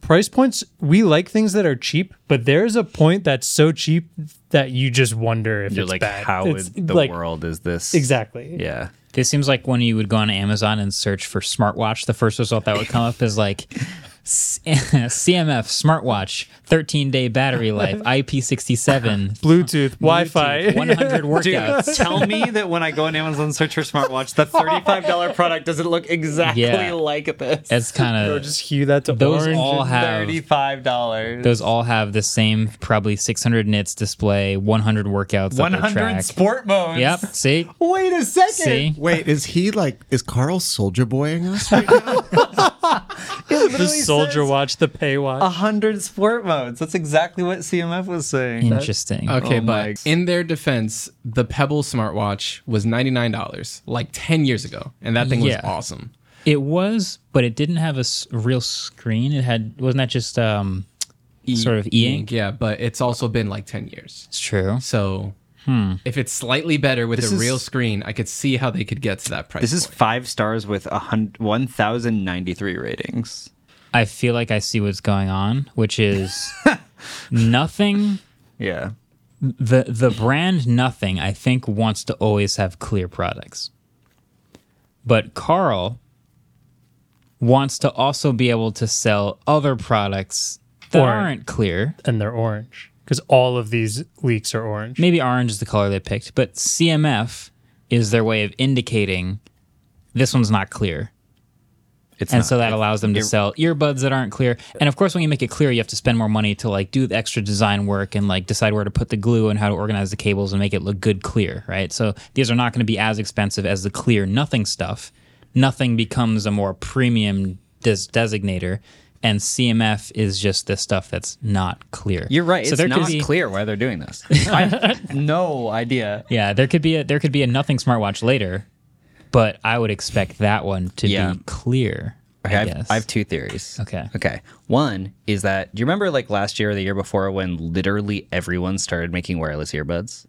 S3: price points. We like things that are cheap, but there's a point that's so cheap that you just wonder if
S8: you're
S3: it's
S8: like,
S3: bad.
S8: how
S3: It's
S8: in the
S3: like-
S8: world is this?
S3: Exactly.
S8: Yeah.
S1: This seems like when you would go on Amazon and search for smartwatch, the first result that would come up is like S- CMF smartwatch, 13 day battery life, IP67,
S3: Bluetooth, Wi-Fi.
S1: 100
S4: Dude,
S1: workouts.
S4: tell me that when I go on Amazon and search for smartwatch, the thirty-five dollar product doesn't look exactly
S1: Yeah.
S4: like this.
S1: It's kind
S3: Or
S1: of
S3: just hue that to
S1: those
S3: orange.
S1: all have
S4: Thirty-five dollars.
S1: those all have the same probably 600 nits display, 100 workouts,
S4: One
S1: 100
S4: hundred sport modes.
S1: Yep. See.
S4: Wait a second.
S1: See.
S5: Wait, is he like is Carl soldier boying us right now?
S3: the soldier watch, the pay watch.
S8: Uh,
S4: 100 sport modes. That's exactly what CMF was saying.
S1: Interesting.
S6: Okay,
S4: Oh my-
S6: but in their defense, the Pebble smartwatch was ninety nine dollars, like ten years ago, and that thing
S1: Yeah.
S6: was awesome.
S1: It was, but it didn't have a s- real screen. It had wasn't that just um sort of e ink?
S6: Yeah, but it's also been like ten years.
S1: It's true.
S6: So if it's slightly better with
S4: This
S6: a
S4: is-
S6: real screen, I could see how they could get to that price.
S4: This is
S6: point.
S4: five stars with a hun- 1,093 ratings.
S1: I feel like I see what's going on, which is nothing.
S4: Yeah.
S1: The the brand nothing I think wants to always have clear products, but Carl wants to also be able to sell other products that
S3: Or-
S1: aren't clear.
S3: and they're orange because all of these leaks are orange.
S1: maybe orange is the color they picked, but CMF is their way of indicating this one's not clear.
S8: It's
S1: and
S8: not.
S1: so that allows them to sell earbuds that aren't clear. And of course, when you make it clear, you have to spend more money to like do the extra design work and like decide where to put the glue and how to organize the cables and make it look good clear, right? So these are not going to be as expensive as the clear nothing stuff. Nothing becomes a more premium des- designator, and CMF is just this stuff that's not clear.
S8: You're right.
S1: So
S8: it's
S1: there could
S8: not
S1: be-
S8: clear why they're doing this.
S4: No idea.
S1: Yeah, there could be a there could be a nothing smartwatch later, but I would expect that one to
S8: Yeah.
S1: be clear.
S8: Okay,
S1: I
S8: I've,
S1: guess.
S8: I have two theories.
S1: Okay.
S8: Okay. One is that do you remember like last year or the year before when literally everyone started making wireless earbuds?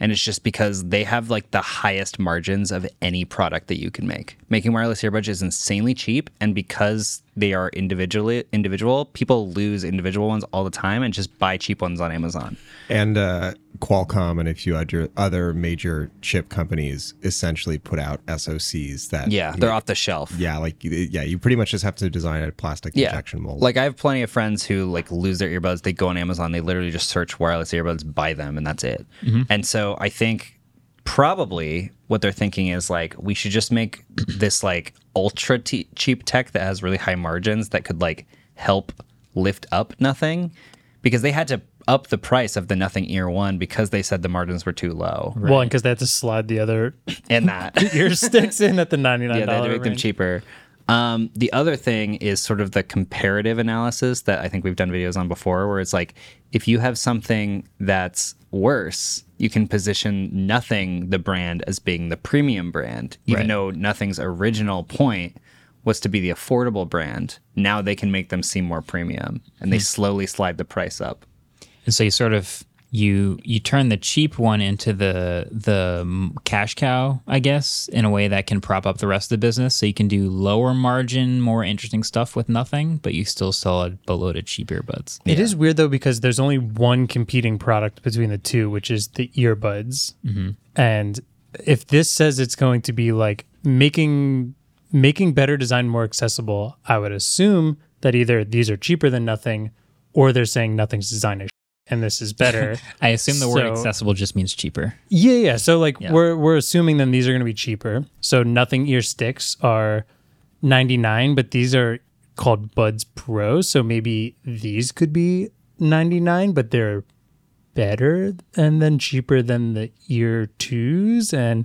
S8: And it's just because they have like the highest margins of any product that you can make. Making wireless earbuds is insanely cheap, and because they are individually individual, people lose individual ones all the time and just buy cheap ones on Amazon.
S5: and uh, Qualcomm and a few other other major chip companies essentially put out SoCs that
S8: Yeah, they're off the shelf.
S5: yeah like yeah you pretty much just have to design a plastic injection mold
S8: Like I have plenty of friends who like lose their earbuds. They go on Amazon, they literally just search wireless earbuds, buy them, and that's it. And so I think probably what they're thinking is like we should just make this like ultra te- cheap tech that has really high margins that could like help lift up nothing because they had to up the price of the nothing ear one because they said the margins were too low
S3: Well, because they have to slide the other
S8: and that
S3: ear sticks in at the ninety nine
S8: yeah, they had to
S3: dollar
S8: make them
S3: range.
S8: cheaper. Um, the other thing is sort of the comparative analysis that I think we've done videos on before, where it's like if you have something that's worse, you can position nothing the brand as being the premium brand, even
S1: Right.
S8: though nothing's original point was to be the affordable brand. Now they can make them seem more premium, and they slowly slide the price up.
S1: and so you sort of you you turn the cheap one into the the mm, cash cow, I guess, in a way that can prop up the rest of the business. So you can do lower margin, more interesting stuff with nothing, but you still sell it below the cheap earbuds.
S3: It is weird though because there's only one competing product between the two, which is the earbuds.
S1: Mm-hmm.
S3: And if this says it's going to be like making making better design more accessible, I would assume that either these are cheaper than nothing, or they're saying nothing's design is and this is better.
S1: I assume the word
S3: So-
S1: accessible just means cheaper.
S3: Yeah, yeah. So like we're we're assuming then these are going to be cheaper. So nothing ear sticks are 99, but these are called Buds Pro, so maybe these could be 99, but they're better and then cheaper than the year twos. And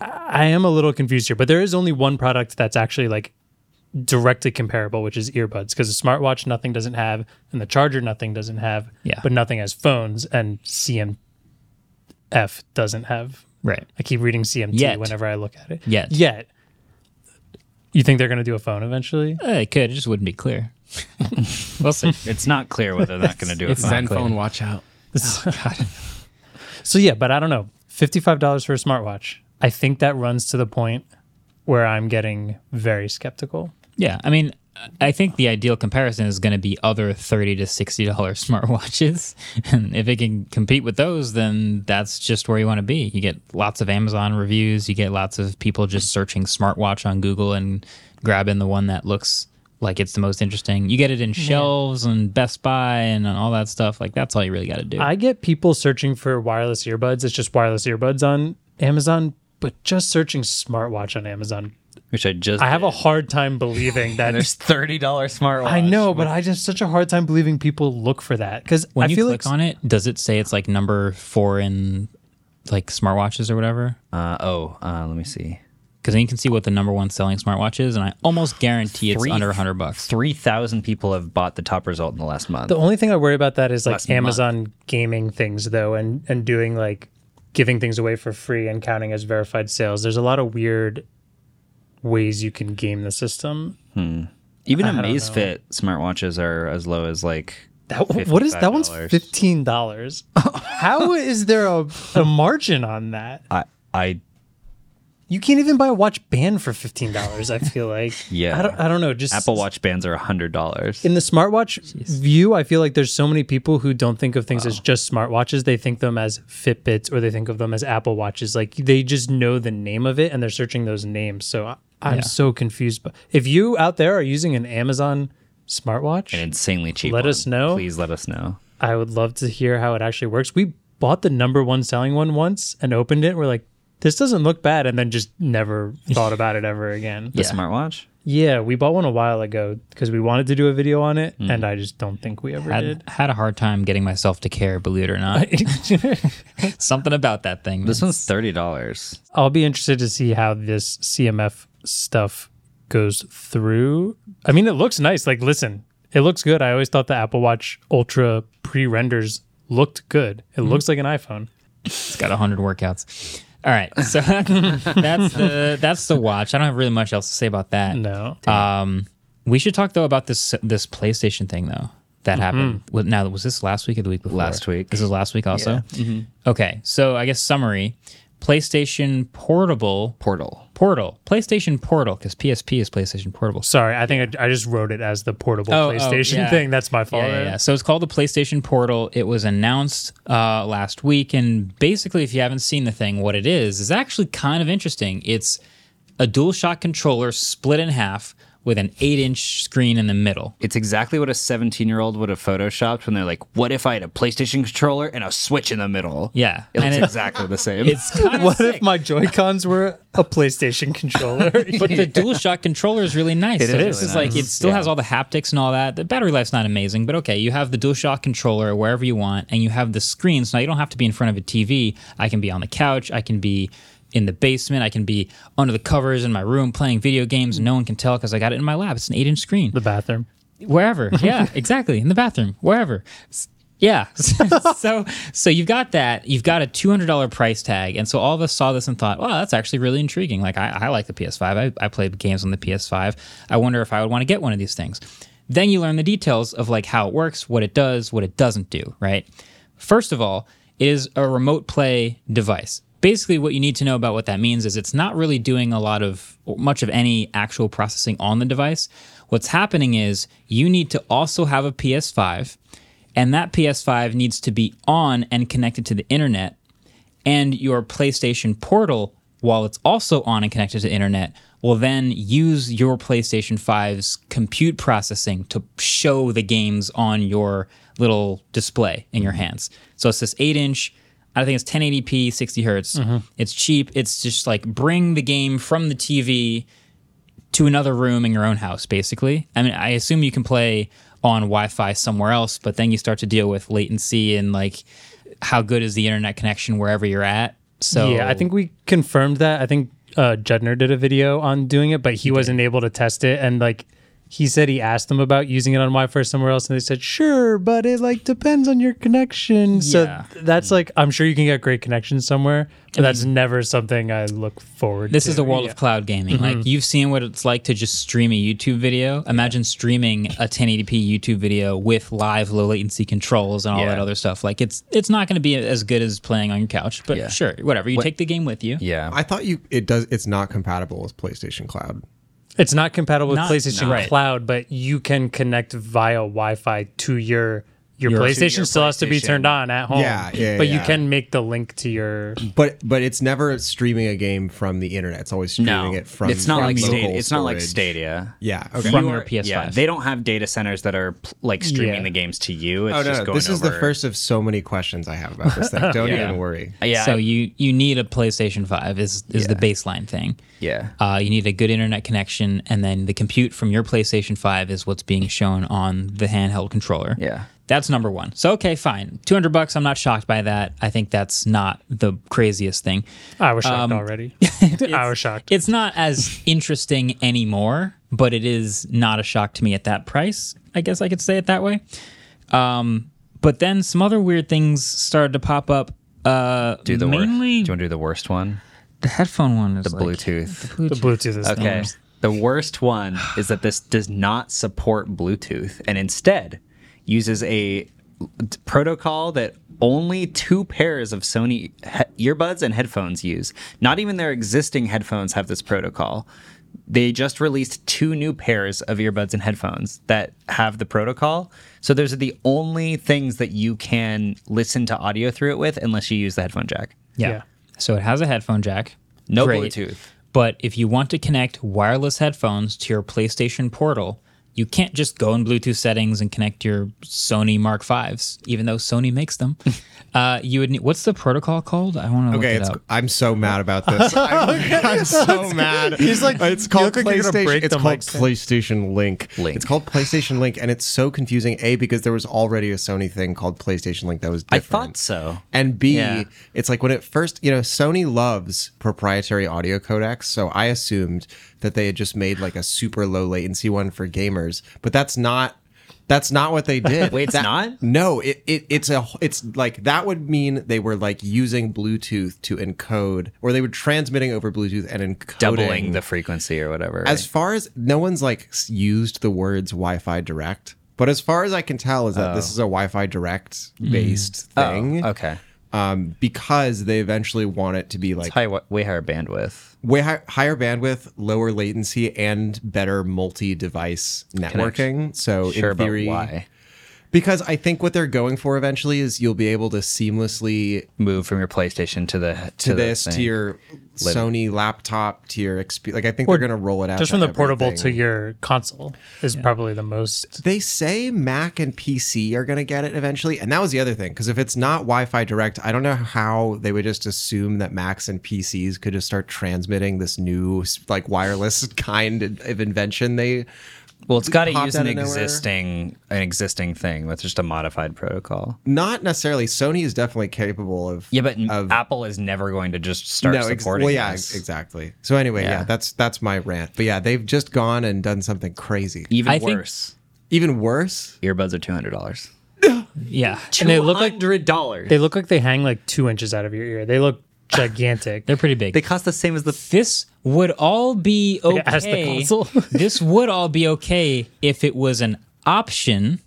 S3: I I am a little confused here, but there is only one product that's actually like directly comparable, which is earbuds, because the smartwatch nothing doesn't have, and the charger nothing doesn't have,
S1: Yeah.
S3: but nothing has phones, and CMF doesn't have.
S1: Right.
S3: I keep reading CMT
S1: Yet.
S3: whenever I look at it.
S1: Yet.
S3: Yet. You think they're going to do a phone eventually?
S1: Uh, it could. It just wouldn't be clear. we'll see.
S8: It's not clear whether they're not going to do it.
S6: It's Zen phone, watch out.
S3: Oh, So yeah, but I don't know. Fifty-five dollars for a smartwatch. I think that runs to the point where I'm getting very skeptical.
S1: Yeah, I mean, I think the ideal comparison is going to be other thirty to sixty dollar smartwatches, and if it can compete with those, then that's just where you want to be. You get lots of Amazon reviews, you get lots of people just searching smartwatch on Google and grabbing the one that looks like it's the most interesting. You get it in shelves and Best Buy and on all that stuff. Like that's all you really got to do.
S3: I get people searching for wireless earbuds. It's just wireless earbuds on Amazon, but just searching smartwatch on Amazon,
S8: Which I just
S3: I have a hard time believing that.
S8: there's thirty dollar smartwatch.
S3: I know, but I just such a hard time believing people look for that because
S1: when
S3: I
S1: you
S3: feel
S1: click
S3: like
S1: on it, does it say it's like number four in like smartwatches or whatever?
S8: Uh, oh, uh, let me see.
S1: Because then you can see what the number one selling smartwatch is, and I almost guarantee it's under hundred bucks.
S8: Three thousand people have bought the top result in the last month.
S3: The only thing I worry about that is like
S8: Last month.
S3: Amazon gaming things though, and and doing like giving things away for free and counting as verified sales. There's a lot of weird ways you can game the system.
S8: Even Amazfit smartwatches are as low as like
S3: That what is that one's
S8: $55.
S3: fifteen dollars? How is there a, a margin on that?
S8: I I
S3: You can't even buy a watch band for fifteen dollars. I feel like
S8: Yeah.
S3: I don't, I don't know. Just
S8: Apple Watch bands are hundred dollars.
S3: in the smartwatch view, I feel like there's so many people who don't think of things as just smartwatches. They think them as Fitbits or they think of them as Apple Watches. Like they just know the name of it and they're searching those names. So I, I'm so confused. But if you out there are using an Amazon smartwatch,
S8: An insanely cheap.
S3: Let
S8: one.
S3: us know.
S8: Please let us know.
S3: I would love to hear how it actually works. We bought the number one selling one once and opened it. We're like, this doesn't look bad, and then just never thought about it ever again.
S8: The smartwatch.
S3: Yeah, we bought one a while ago because we wanted to do a video on it, and I just don't think we ever did.
S1: had, had a hard time getting myself to care, believe it or not. Something about that thing.
S8: This one's thirty dollars.
S3: I'll be interested to see how this CMF stuff goes through. I mean, it looks nice. Like, listen, it looks good. I always thought the Apple Watch Ultra pre renders looked good. It looks like an iPhone.
S1: it's got 100 workouts. All right. So that's the that's the watch. I don't have really much else to say about that.
S3: No. Uh,
S1: Um we should talk though about this this PlayStation thing though. That happened. Well, Now, was this last week or the week before?
S8: Mm-hmm. Last week. Mm-hmm.
S1: This is last week also. Okay, so I guess summary: PlayStation Portable
S8: Portal.
S1: Portal, PlayStation Portal, because PSP is PlayStation Portable.
S3: Sorry, I think I, I just wrote it as the portable
S1: Oh, oh,
S3: PlayStation
S1: yeah.
S3: thing. That's my fault.
S1: Yeah, yeah, yeah. So it's called the PlayStation Portal. It was announced uh, last week, and basically, if you haven't seen the thing, what it is is actually kind of interesting. It's a DualShock controller split in half with an eight-inch screen in the middle.
S8: It's exactly what a 17 year old would have photoshopped when they're like, "What if I had a PlayStation controller and a Switch in the middle?"
S1: Yeah,
S8: it looks
S1: and it,
S8: exactly the same.
S1: it's kind of
S3: What
S1: sick.
S3: if my Joy Cons were a PlayStation controller?
S1: but the DualShock controller is really nice. so
S8: is
S1: this
S8: really
S1: is like it
S8: nice.
S1: still has all the haptics and all that. The battery life's not amazing, but okay, you have the DualShock controller wherever you want, and you have the screen. So now you don't have to be in front of a TV. I can be on the couch. I can be in the basement. I can be under the covers in my room playing video games, and no one can tell because I got it in my lap. It's an eight-inch screen
S3: the bathroom.
S1: wherever. Yeah, exactly. In the bathroom, wherever. S- Yeah. so so you've got that. You've got a two hundred dollar price tag, and so all of us saw this and thought, "Wow, that's actually really intriguing." Like I, I like the PS5. I, I played games on the PS5. I wonder if I would want to get one of these things. Then you learn the details of like how it works, what it does, what it doesn't do. Right. First of all, it is a remote play device. Basically, what you need to know about what that means is it's not really doing a lot of much of any actual processing on the device. What's happening is you need to also have a PS5, and that PS5 needs to be on and connected to the internet, and your PlayStation Portal, while it's also on and connected to the internet, will then use your PlayStation 5's compute processing to show the games on your little display in your hands. So it's this eight inch. I think it's 1080p, 60 hertz. It's cheap. It's just like bring the game from the TV to another room in your own house, basically. I mean, I assume you can play on Wi Fi somewhere else, but then you start to deal with latency and like how good is the internet connection wherever you're at. So
S3: yeah, I think we confirmed that. I think uh, Judner did a video on doing it, but he, wasn't able to test it. And like he said, he asked them about using it on Wi-Fi somewhere else, and they said, "Sure, but it like depends on your connection."
S1: Yeah.
S3: So th- that's like I'm sure you can get great connections somewhere, but that's never something I look forward.
S1: this
S3: to.
S1: is the world of cloud gaming. Like you've seen what it's like to just stream a YouTube video. Imagine streaming a 1080p YouTube video with live low latency controls and all that
S4: Yeah.
S1: other stuff. Like it's it's not going to be as good as playing on your couch, but
S8: Yeah.
S1: sure, whatever. You take the game with you.
S8: Yeah.
S5: I thought you it does it's not compatible with PlayStation Cloud.
S3: It's not compatible with
S1: Not-
S3: PlayStation
S1: no. Right.
S3: Cloud, but you can connect via Wi-Fi to your your,
S1: Your-
S3: PlayStation.
S4: to your
S3: still has to be
S4: PlayStation.
S3: turned on at home.
S5: Yeah, yeah,
S3: But you
S5: yeah.
S3: can make the link to your.
S5: But but it's never streaming a game from the internet. It's always streaming
S4: no,
S5: it from
S4: it's not
S5: from
S4: like
S5: local
S4: Stadia. It's not like
S5: storage.
S4: Stadia.
S5: Yeah. Okay.
S1: From
S4: You
S1: your
S4: are-
S1: PS5.
S4: Yeah, they don't have data centers that are pl- like streaming
S3: Yeah.
S4: the games to you. It's
S5: Oh
S4: just
S5: no, no.
S4: going
S5: this is the
S4: over-
S5: first of so many questions I have about this thing. Don't even worry.
S4: Yeah,
S1: So
S4: I-
S1: you you need a PlayStation 5 is is the baseline thing.
S4: yeah.
S1: Uh, you need a good internet connection, and then the compute from your PlayStation 5 is what's being shown on the handheld controller.
S4: Yeah.
S1: That's number one. So, okay, fine. 200 bucks, I'm not shocked by that. I think that's not the craziest thing.
S3: I was shocked already. I was shocked.
S1: Um, It's not as interesting anymore, but it is not a shock to me at that price. I guess I could say it that way. Um, but then some other weird things started to pop up. Uh,
S8: do the worst. Do
S1: mainly
S8: you want to do the worst one?
S1: the headphone one is
S8: The
S1: like-
S8: Bluetooth.
S3: The Bluetooth is
S8: Okay. The worst one is that this does not support Bluetooth and instead uses a protocol that only two pairs of Sony he- earbuds and headphones use. Not even their existing headphones have this protocol. They just released two new pairs of earbuds and headphones that have the protocol. So those are the only things that you can listen to audio through it with unless you use the headphone jack.
S1: Yeah.
S3: Yeah.
S1: So it has a headphone jack.
S8: No Bluetooth.
S1: But if you want to connect wireless headphones to your PlayStation Portal, you can't just go in Bluetooth settings and connect your Sony Mark Fives, even though Sony makes them. uh, you would need, what's the protocol called? I want to
S5: Okay,
S1: look it
S5: it's,
S1: up.
S5: I'm so mad about this. I'm, I'm so mad. He's like, it's called
S3: look like you're gonna
S5: PlayStation.
S3: break
S5: It's
S3: the
S5: called
S3: mic stand.
S5: PlayStation Link.
S8: Link.
S5: It's called PlayStation Link, and it's so confusing. A because there was already a Sony thing called PlayStation Link that was.
S8: I
S5: Different.
S8: thought so.
S5: And B,
S8: Yeah.
S5: it's like when it first, you know, Sony loves proprietary audio codecs, so I assumed that they had just made like a super low latency one for gamers, but that's not. That's not what they did.
S8: Wait, it's
S5: That-
S8: not?
S5: no, it, it it's a it's like that would mean they were like using Bluetooth to encode, or they were transmitting over Bluetooth and encoding.
S8: Doubling the frequency or whatever.
S5: As
S8: right?
S5: far as no one's like s- used the words Wi-Fi Direct, but as far as I can tell, is that this is a Wi-Fi Direct based thing.
S8: Oh. Mm. okay.
S5: Um, because they eventually want it to be like
S8: High, way higher bandwidth.
S5: way hi- higher bandwidth, lower latency, and better multi-device networking. So
S8: Sure,
S5: in theory,
S8: but why?
S5: because I think what they're going for eventually is you'll be able to seamlessly
S8: Move from your PlayStation to the to,
S5: to
S8: the
S5: this to
S8: thing.
S5: your Sony laptop to your exp. Like I think they're going to roll it out
S3: just
S5: to
S3: from the portable to
S5: everything.
S3: your console is probably the most.
S5: They say Mac and PC are going to get it eventually, and that was the other thing because if it's not Wi-Fi direct, I don't know how they would just assume that Macs and PCs could just start transmitting this new like wireless kind of invention. They
S8: Well, it's got to
S5: popped
S8: use
S5: out
S8: an
S5: of nowhere.
S8: existing an existing thing. That's just a modified protocol.
S5: not necessarily Sony is definitely capable of
S8: Yeah, but
S5: of
S8: Apple is never going to just start
S5: ex-
S8: supporting.
S5: well, yeah,
S8: this.
S5: ex- exactly. So anyway, yeah.
S8: Yeah.
S5: that's that's my rant. But yeah, they've just gone and done something crazy.
S8: Even
S1: I think-
S8: worse,
S5: Even worse,
S8: earbuds are two hundred dollars.
S1: yeah.
S3: And they look like
S8: hundred dollars.
S3: they look like they hang like two inches out of your ear. They look gigantic.
S1: They're pretty big.
S8: They cost the same as the.
S1: this would all be okay.
S3: ask the console.
S1: this would all be okay if it was an option,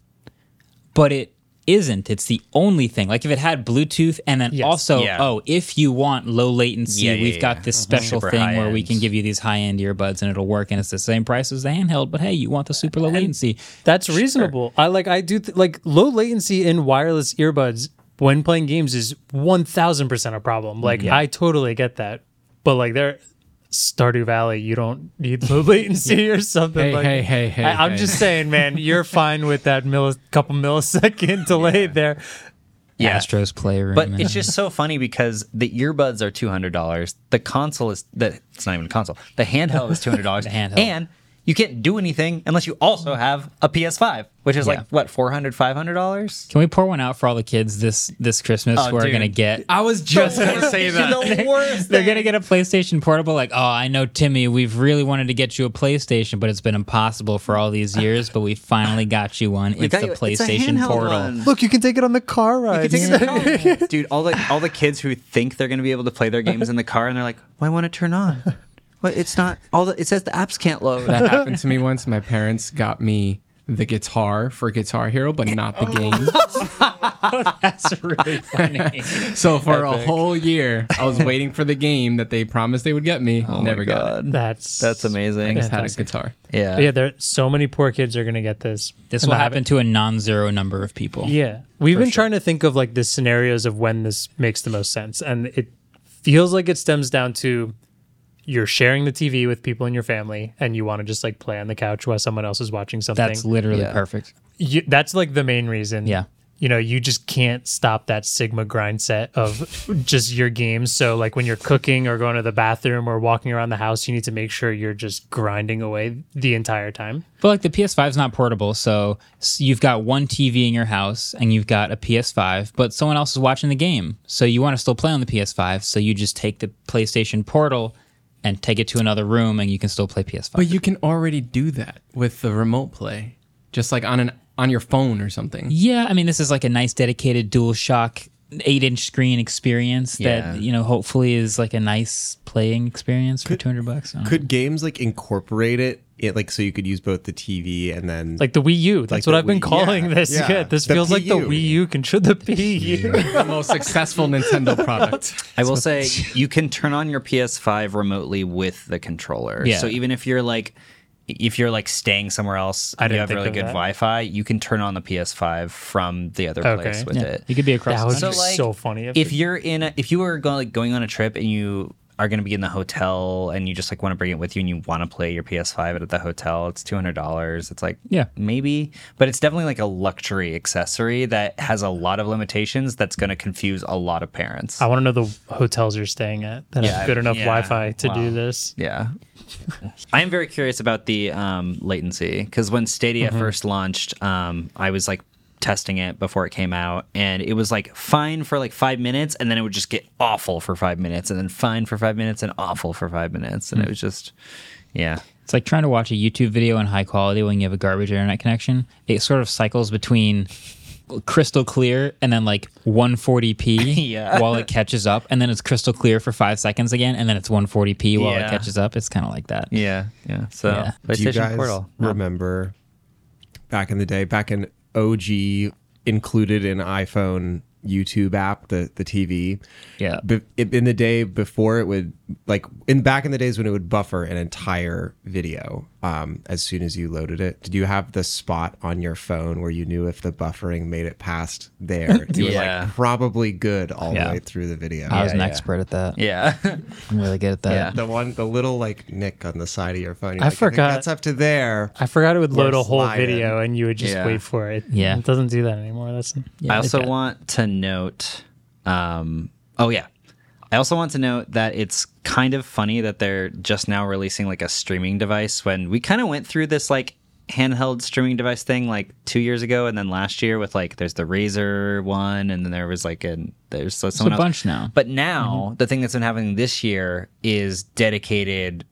S1: but it isn't. It's the only thing. Like if it had Bluetooth and then
S3: Yes.
S1: also,
S8: Yeah.
S1: oh, if you want low latency,
S8: Yeah, yeah,
S1: we've
S8: yeah.
S1: got this special
S8: Super
S1: thing
S8: high
S1: where we
S8: end.
S1: can give you these high end earbuds and it'll work and it's the same price as the handheld, but hey, you want the super low latency.
S3: That's reasonable. I like I do th- like low latency in wireless earbuds when playing games is 1000% a problem. Like I totally get that. But like they're Stardew Valley, you don't need low latency or something.
S6: Hey,
S3: like,
S6: hey, hey, hey,
S3: I, am
S6: hey.
S3: just saying, man, you're fine with that milli- couple millisecond delay there.
S8: Yeah.
S1: Astros playroom.
S8: But
S1: and-
S8: it's just so funny because the earbuds are two hundred dollars. The console is that it's not even a console. The handheld is two hundred dollars.
S1: handheld.
S8: and you can't do anything unless you also have a PS5, which is
S1: Yeah.
S8: like what 400 500 dollars.
S1: Can we pour one out for all the kids this this Christmas
S8: Oh,
S1: who are
S8: dude.
S1: going to get?
S6: I was just gonna say that.
S8: the worst.
S1: They're
S8: thing.
S1: going to get a PlayStation Portable. Like, oh, I know, Timmy, we've really wanted to get you a PlayStation, but it's been impossible for all these years. But we finally got you one.
S8: We
S1: It's
S8: got
S1: the
S8: you- it's a
S1: PlayStation
S8: handheld
S1: Portal.
S8: one.
S5: Look, you can take it on the car
S8: You
S5: ride.
S8: can take it in the car. Dude, all the all the kids who think they're going to be able to play their games in the car and they're like, "Why won't it turn on?" Well, it's not all the it says the apps can't load.
S6: That happened to me once. My parents got me the guitar for Guitar Hero, but not the game.
S1: That's really funny.
S6: So for a whole year, I was waiting for the game that they promised they would get me. Never got it.
S3: That's
S8: Oh That's amazing.
S6: Just had a guitar.
S8: Yeah.
S3: Yeah, there so many poor kids are gonna get this.
S1: This
S3: And
S1: will
S3: I
S1: happen
S3: haven't-
S1: to a non-zero number of people.
S3: Yeah, we've been trying to think of like the scenarios of when this makes the most sense, and it feels like it stems down to you're sharing the TV with people in your family, and you want to just like play on the couch while someone else is watching something.
S1: That's literally perfect.
S3: you, that's like the main reason.
S1: Yeah.
S3: You know, you just can't stop that Sigma grind set of just your games. So, like when you're cooking or going to the bathroom or walking around the house, you need to make sure you're just grinding away the entire time.
S1: But like the PS5 is not portable, so s- you've got one TV in your house and you've got a PS5, but someone else is watching the game, so you want to still play on the PS5. So you just take the PlayStation Portal and take it to another room, and you can still play PS5.
S6: But you can already do that with the remote play, just like on an on your phone or something.
S1: yeah, I mean this is like a nice dedicated DualShock eight-inch screen experience
S10: Yeah.
S1: that you know hopefully is like a nice playing experience for two hundred bucks. I don't know.
S5: Could games like incorporate it? It like so you could use both the TV and then
S3: Like the Wii U. That's
S5: Like
S3: what
S5: the
S3: I've been
S5: Wii-
S3: calling
S5: yeah,
S3: this. Yeah.
S5: yeah.
S3: this
S5: The
S3: feels like the
S5: PU.
S3: Wii U controlled the PU.
S6: the most successful Nintendo product.
S8: I will say you can turn on your PS5 remotely with the controller.
S1: Yeah.
S8: So even if you're like if you're like staying somewhere else
S3: I
S8: and
S3: didn't
S8: you have
S3: think
S8: really
S3: of
S8: good
S3: that.
S8: Wi-Fi, you can turn on the PS5 from the other
S3: Okay.
S8: place with
S1: Yeah,
S8: it.
S1: you could be across.
S3: that
S1: the
S3: was so,
S1: country.
S8: So, like,
S3: funny.
S8: if you're in a, if you are going like going on a trip and you are going to be in the hotel and you just like want to bring it with you and you want to play your PS5 at the hotel, it's two hundred dollars. It's like
S1: Yeah.
S8: maybe, but it's definitely like a luxury accessory that has a lot of limitations. That's going to confuse a lot of parents.
S3: I want to know the hotels you're staying at that have good enough
S8: yeah,
S3: Wi-Fi to
S8: wow.
S3: do this.
S8: Yeah. I am very curious about the um, latency because when Stadia
S5: Mm-hmm.
S8: first launched, um, I was like testing it before it came out and it was like fine for like five minutes and then it would just get awful for five minutes and then fine for five minutes and awful for five minutes.
S5: Mm.
S8: And it was just, yeah.
S1: It's like trying to watch a YouTube video in high quality when you have a garbage internet connection. It sort of cycles between crystal clear and then like 140p
S8: Yeah.
S1: while it catches up, and then it's crystal clear for five seconds again, and then it's 140p while it
S8: Yeah.
S1: catches up. It's kind of like that.
S8: Yeah. Yeah. So
S1: Yeah.
S5: Do you
S8: PlayStation
S5: guys
S8: Portal.
S5: remember back in the day, back in OG included in iPhone YouTube app, the the TV.
S1: Yeah.
S5: Be- in the day before it would like in back in the days when it would buffer an entire video um, as soon as you loaded it. Did you have the spot on your phone where you knew if the buffering made it past there? You were
S8: Yeah.
S5: like probably good all
S1: Yeah.
S5: the way through the video.
S1: I was an expert at that.
S8: Yeah.
S1: I'm really good at that.
S8: Yeah.
S5: the one, the little like nick on the side of your phone. You're
S3: I
S5: like, think
S3: forgot-
S5: that's up to there.
S3: I forgot it would load
S5: Or
S3: a whole
S5: slide
S3: video, and you would just
S8: Yeah.
S3: wait for it.
S1: Yeah.
S3: it doesn't do that anymore. That's
S8: I also
S1: okay.
S8: want to note. Um, oh yeah, I also want to note that it's kind of funny that they're just now releasing like a streaming device when we kind of went through this like handheld streaming device thing like two years ago and then last year with like there's the Razer one and then there was like an there's so someone else.
S1: bunch now. Mm-hmm.
S8: But now the thing that's been happening this year is dedicated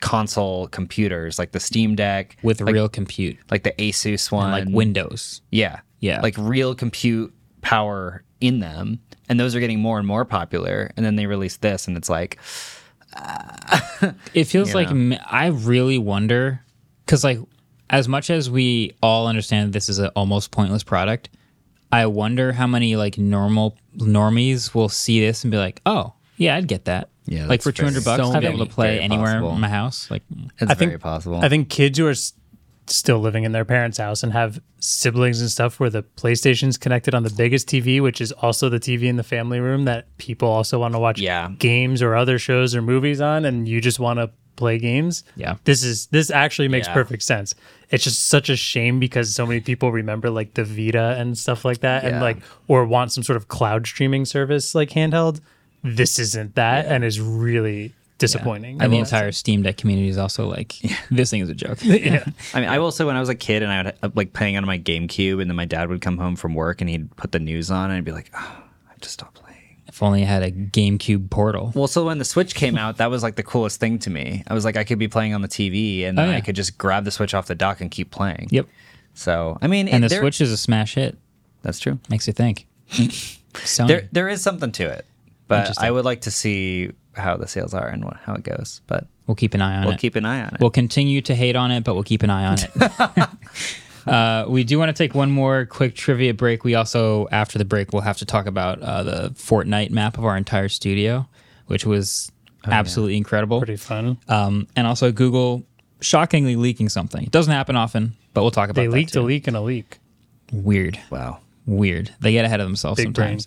S8: console computers like the Steam Deck
S1: With
S8: like,
S1: real compute,
S8: like the Asus one
S1: like Windows.
S8: yeah.
S1: Yeah.
S8: Like real compute power in them. And those are getting more and more popular. And then they release this, and it's like,
S1: It feels like m- I really wonder because, like, as much as we all understand this is an almost pointless product, I wonder how many like normal normies will see this and be like, "Oh, yeah, I'd get that."
S8: Yeah,
S1: like
S8: that's
S1: for two hundred
S6: very-
S1: bucks,
S6: so
S1: I'd be
S6: many.
S1: able to play
S8: Very
S1: anywhere
S8: possible.
S1: in my house. Like,
S8: it's
S3: think-
S8: very possible.
S3: I think kids who are s- still living in their parents' house and have siblings and stuff where the PlayStation's connected on the biggest TV, which is also the TV in the family room that people also want to watch
S8: Yeah.
S3: games or other shows or movies on, and you just want to play games.
S1: Yeah.
S3: This is this actually makes
S8: Yeah.
S3: perfect sense. It's just such a shame because so many people remember like the Vita and stuff like that and
S8: Yeah.
S3: like or want some sort of cloud streaming service like handheld. This isn't that and is really disappointing.
S1: And the entire Steam Deck community is also like, this thing is a joke.
S4: I mean, I will say when I was a kid and I would uh, like playing on my GameCube, and then my dad would come home from work and he'd put the news on, and I'd be like, oh, I have to stop playing.
S1: if only I had a GameCube portal.
S4: Well, so when the Switch came out, that was like the coolest thing to me. I was like, I could be playing on the TV, and then
S1: Oh, yeah.
S4: I could just grab the Switch off the dock and keep playing.
S1: Yep.
S4: So I mean,
S1: And
S4: it-
S1: the
S4: there-
S1: Switch is a smash hit.
S4: That's true.
S1: Makes you think. Sony.
S4: There, there is something to it, but I would like to see how the sales are and what, how it goes. But
S1: we'll keep an eye on
S4: we'll
S1: it.
S4: keep an eye on it.
S1: We'll continue to hate on it, but we'll keep an eye on it. uh, we do want to take one more quick trivia break. We also, after the break, we'll have to talk about uh, the Fortnite map of our entire studio, which was absolutely incredible.
S3: Oh, pretty fun.
S1: Um, and also Google shockingly leaking something. It doesn't happen often, but we'll talk about
S3: They
S1: that
S3: leaked a
S1: too.
S3: leak and a leak.
S1: Weird.
S4: wow.
S1: Weird. They get ahead of themselves
S3: Big brain.
S1: sometimes.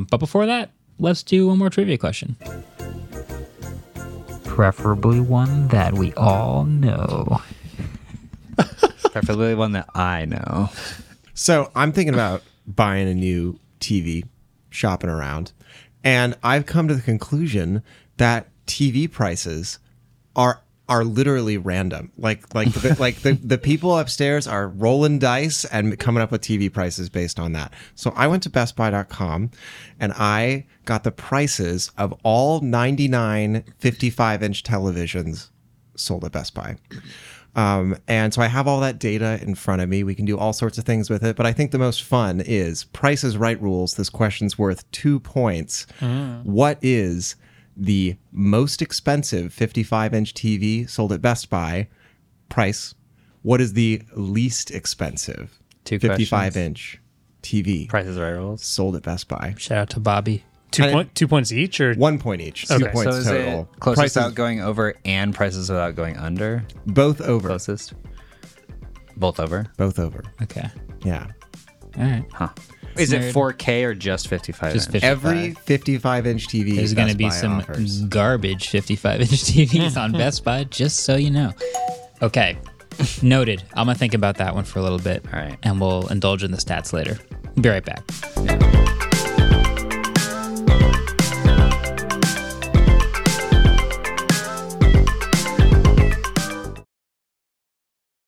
S1: Um, but before that, let's do one more trivia question. Preferably one that we all know.
S4: Preferably one that I know.
S5: So I'm thinking about buying a new TV, shopping around, and I've come to the conclusion that TV prices are are literally random. Like like the, like the, the people upstairs are rolling dice and coming up with TV prices based on that. So I went to BestBuy.com and I got the prices of all 99 55 inch televisions sold at Best Buy. Um, and so I have all that data in front of me. We can do all sorts of things with it. But I think the most fun is Price is Right rules. This question's worth two points. What is the most expensive 55 inch TV sold at Best Buy? Price. What is the least expensive
S4: Two
S5: 55 inch TV
S4: Prices Right rules.
S5: sold at Best Buy?
S1: Shout out to Bobby.
S3: Two
S5: I-
S3: point two points each, or
S5: One point each. Two
S3: Okay.
S5: points
S4: so is
S5: total.
S4: it closest
S5: Price is
S4: without going over and prices without going under?
S5: both over.
S4: Closest. Both over.
S5: Both over.
S1: Okay.
S5: Yeah.
S1: All right.
S4: Huh. Is
S1: Nerd.
S4: it 4K or just 55?
S1: Just
S4: inch?
S1: 55.
S5: Every 55 Uh, inch TV
S1: There's going to
S5: Best
S1: be
S5: Buy
S1: some
S5: offers.
S1: garbage 55 inch TVs on Best Buy, just so you know. Okay. Noted. I'm going to think about that one for a little bit.
S4: All right.
S1: And we'll indulge in the stats later. Be right back.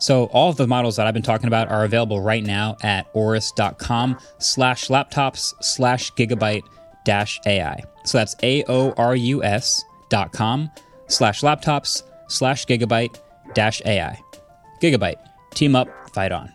S1: So all of the models that I've been talking about are available right now at oris.com slash laptops slash gigabyte dash AI. So that's A-O-R-U-S dot com slash laptops slash gigabyte dash AI. Gigabyte. Team up, fight on.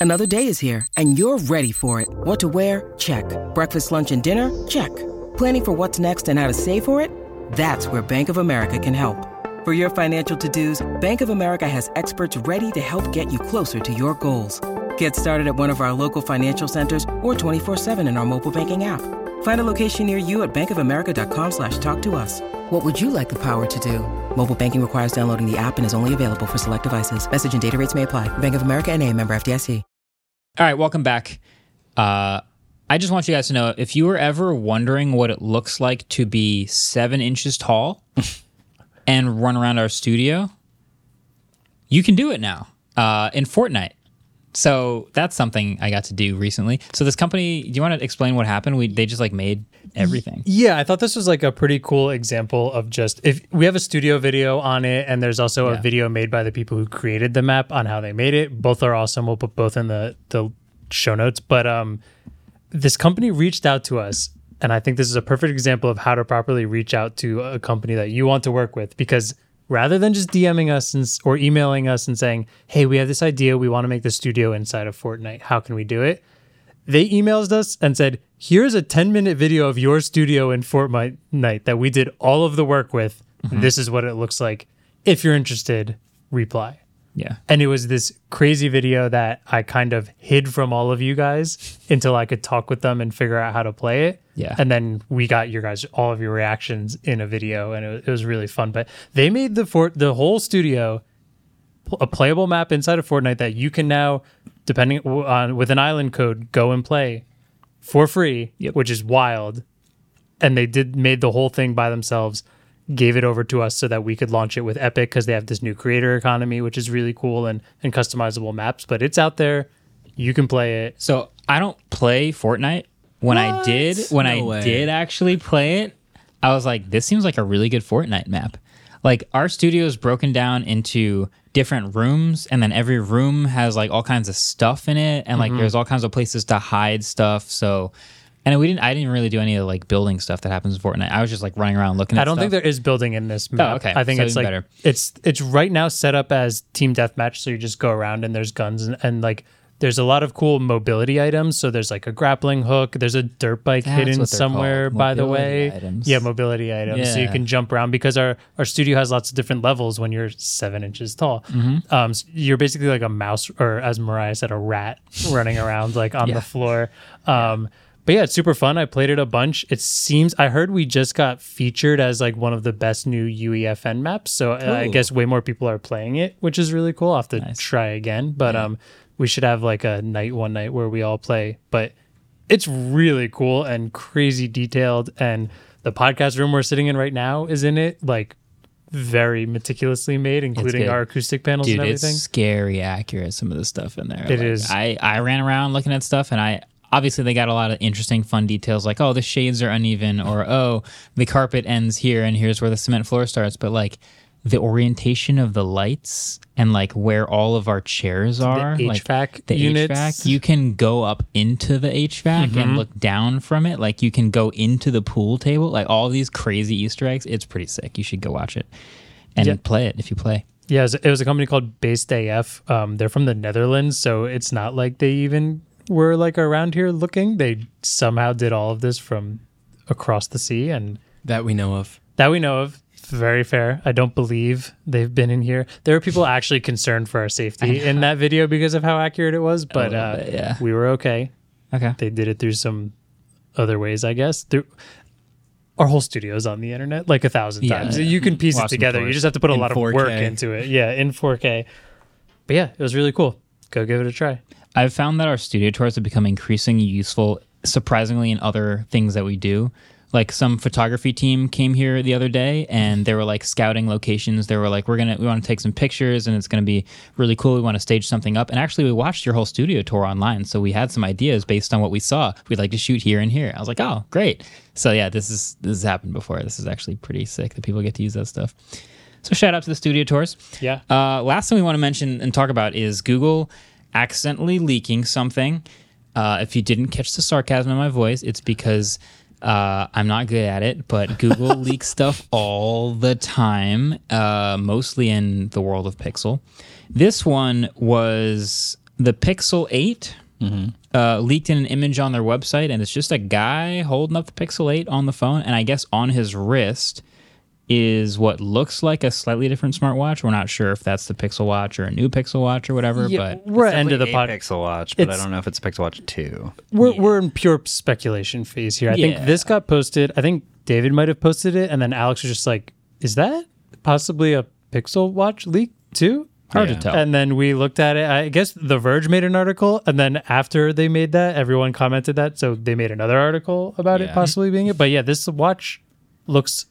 S11: Another day is here, and you're ready for it. What to wear? Check. Breakfast, lunch, and dinner? Check. Planning for what's next and how to save for it? That's where Bank of America can help. For your financial to dos, Bank of America has experts ready to help get you closer to your goals. Get started at one of our local financial centers or 24-7 in our mobile banking app. Find a location near you at bankofamerica.com slash talk to us. What would you like the power to do? Mobile banking requires downloading the app and is only available for select devices. Message and data rates may apply. Bank of America and a member FDIC.
S1: All right, welcome back. Uh, I just want you guys to know if you were ever wondering what it looks like to be seven inches tall and run around our studio, you can do it now uh, in Fortnite. So that's something I got to do recently. So this company, do you want to explain what happened? We they just like made everything.
S3: Yeah, I thought this was like a pretty cool example of just if we have a studio video on it, and there's also a video made by the people who created the map on how they made it. Both are awesome. We'll put both in the the show notes. But um, this company reached out to us, and I think this is a perfect example of how to properly reach out to a company that you want to work with because. Rather than just DMing us and, s- or emailing us and saying, "Hey, we have this idea. We want to make the studio inside of Fortnite. How can we do it?" they emailed us and said, "Here's a 10 minute video of your studio in Fortnite night that we did all of the work with. This is what it looks like. If you're interested, reply."
S1: Yeah.
S3: And it was this crazy video that I kind of hid from all of you guys until I could talk with them and figure out how to play it.
S1: Yeah.
S3: And then we got your guys all of your reactions in a video, and it was, it was really fun. But they made the fort the whole studio pl- a playable map inside of Fortnite that you can now, depending w- on with an island code, go and play for free, which is wild. And they did made the whole thing by themselves, gave it over to us so that we could launch it with Epic because they have this new creator economy, which is really cool and and customizable maps. But it's out there, you can play it.
S1: So I don't play Fortnite. When I
S6: What?
S1: did, when
S6: No
S1: I
S6: way.
S1: did actually play it, I was like, this seems like a really good Fortnite map. Like our studio is broken down into different rooms, and then every room has like all kinds of stuff in it, and like there's all kinds of places to hide stuff. So, and we didn't, I didn't really do any of the like building stuff that happens in Fortnite. I was just like running around looking. at
S3: I don't
S1: stuff. Oh,
S3: think there is building in this map.
S1: okay.
S3: I think
S1: So
S3: it's
S1: even
S3: like
S1: better.
S3: it's it's right now set up as team deathmatch, so you just go around and there's guns and, and like there's a lot of cool mobility items. So there's like a grappling hook. There's a dirt bike
S1: That's
S3: hidden
S1: what they're
S3: somewhere.
S1: called,
S3: By the
S1: mobility
S3: way,
S1: items.
S3: yeah, mobility items. So you
S1: Yeah.
S3: can jump around because our our studio has lots of different levels. When you're seven inches tall,
S1: Mm-hmm.
S3: um, so you're basically like a mouse or, as Mariah said, a rat running around like on the floor. Um, But yeah, it's super fun. I played it a bunch. It seems I heard we just got featured as like one of the best new UEFN maps. So uh, I guess way more people are playing it, which is really cool. I'll have to try again. But um we should have like a night one night where we all play. But it's really cool and crazy detailed and the podcast room we're sitting in right now is in it, like very meticulously made, including
S1: good.
S3: our acoustic panels
S1: Dude,
S3: and everything.
S1: it's scary accurate. Some of the stuff in there.
S3: It
S1: It
S3: is.
S1: is. I I ran around looking at stuff, and I obviously they got a lot of interesting, fun details like oh the shades are uneven, or oh the carpet ends here, and here's where the cement floor starts. But like the orientation of the lights and like where all of our chairs are, like
S3: HVAC
S1: the
S3: units.
S1: HVAC, you can go up into the HVAC and look down from it. Like you can go into the pool table. Like all these crazy Easter eggs. It's pretty sick. You should go watch it and play it if you play.
S3: Yeah, it was, it was a company called Based AF. Um, they're from the Netherlands, so it's not like they even were like around here looking. They somehow did all of this from across the sea, and
S6: that we know of.
S3: that we know of. Very fair. I don't believe they've been in here. There were people actually concerned for our safety in that video because of how accurate it was, but uh,
S1: yeah.
S3: we were okay.
S1: Okay.
S3: They did it through some other ways, I guess. Through our whole studio's on the internet like a thousand
S1: Yeah.
S3: times. You can piece
S1: Watch
S3: it
S1: them
S3: together.
S1: for
S3: You
S1: it.
S3: just have to put a
S6: In
S3: lot of work
S6: 4K.
S3: into it. Yeah, in 4K. But yeah, it was really cool. Go give it a try.
S1: I've found that our studio tours have become increasingly useful, surprisingly, in other things that we do. Like some photography team came here the other day, and they were like scouting locations. They were like, "We're gonna, we want to take some pictures, and it's gonna be really cool. We want to stage something up." And actually, we watched your whole studio tour online, so we had some ideas based on what we saw. We'd like to shoot here and here. I was like, "Oh, great!" So yeah, this is this has happened before. This is actually pretty sick that people get to use that stuff. So shout out to the studio tours.
S3: Yeah.
S1: Uh, last thing we want to mention and talk about is Google accidentally leaking something. Uh, if you didn't catch the sarcasm in my voice, it's because uh, I'm not good at it. But Google leaks stuff all the time, uh, mostly in the world of Pixel. This one was the Pixel 8 uh, leaked in an image on their website, and it's just a guy holding up the Pixel 8 on the phone, and I guess on his wrist is what looks like a slightly different smartwatch. We're not sure if that's the Pixel Watch or a new Pixel Watch or whatever,
S3: Yeah,
S1: but
S3: we're at end of the
S8: a
S3: pod.
S8: Pixel Watch, but I
S3: It's-
S8: don't know if it's a Pixel Watch 2.
S3: We're, we're in pure speculation phase here. I
S1: Yeah.
S3: think this got posted. I think David might have posted it, and then Alex was just like, "Is that possibly a Pixel Watch leak too?"
S1: Hard to Yeah. tell.
S3: And then we looked at it. I guess The Verge made an article, and then after they made that, everyone commented that, so they made another article about it
S1: Yeah.
S3: possibly being it. But yeah, this watch looks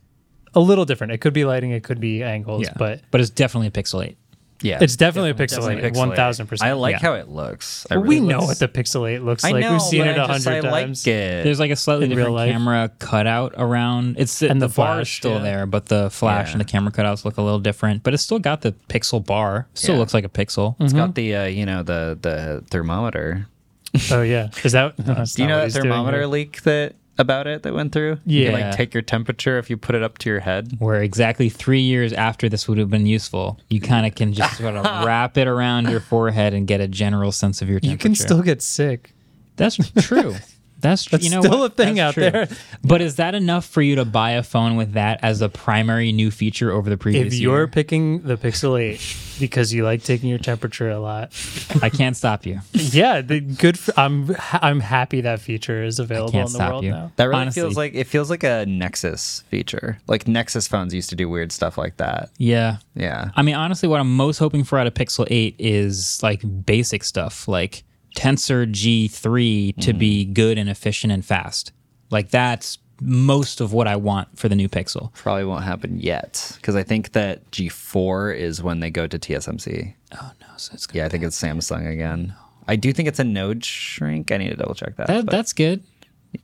S3: a little different. It could be lighting, it could be angles,
S1: yeah.
S3: but
S1: but it's definitely a Pixel 8.
S8: Yeah.
S3: it's definitely a Pixel
S8: definitely
S3: 8, one thousand percent.
S8: I like how it looks. I
S3: we
S8: really
S3: know what
S8: looks-
S3: the Pixel 8 looks
S8: I
S3: like.
S8: know,
S3: We've seen
S8: but
S3: it
S8: I
S3: a
S8: just-
S3: hundred
S8: I
S3: times.
S8: Like it.
S1: There's like a slightly
S3: In real
S1: different
S3: life.
S1: camera cutout around. It's
S3: And
S1: the,
S3: the
S1: bar is
S3: flash,
S1: still
S3: yeah.
S1: there, but the flash
S8: Yeah.
S1: and the camera cutouts look a little different. But it's still got the Pixel bar. Still
S8: Yeah.
S1: looks like a Pixel.
S8: It's got the uh, you know the the thermometer.
S3: Oh yeah, is that? no, that's
S8: Do you
S3: not what
S8: know that
S3: Oh, he's doing
S8: thermometer
S3: here.
S8: leak that about it that went through? you can,
S1: Yeah.
S8: like take your temperature if you put it up to your head.
S1: Where exactly three years after this would have been useful, you kind of can just sort of wrap it around your forehead and get a general sense of your temperature.
S3: You can still get sick.
S1: That's true. That's, tr-
S3: That's
S1: you know
S3: still
S1: what?
S3: a thing
S1: That's
S3: out there.
S1: But is that enough for you to buy a phone with that as the primary new feature over the previous
S3: If you're
S1: year?
S3: picking the Pixel 8 because you like taking your temperature a lot,
S1: I can't stop you.
S3: yeah, the good. f I'm ha- I'm happy that feature is available
S1: can't
S3: in the
S1: stop
S3: world
S1: you.
S3: now.
S8: That really
S1: Honestly.
S8: feels like it feels like a Nexus feature. Like Nexus phones used to do weird stuff like that.
S1: Yeah.
S8: Yeah.
S1: I mean, honestly, what I'm most hoping for out of Pixel 8 is like basic stuff like Tensor G3 to be
S3: Mm-hmm.
S1: good and efficient and fast. Like, that's most of what I want for the new Pixel.
S8: Probably won't happen yet because I think that G4 is when they go to TSMC.
S1: Oh, So it's
S8: Yeah, I think it's Samsung again. I do think it's a node shrink. I need to double check that.
S1: that,
S8: but
S1: that's good.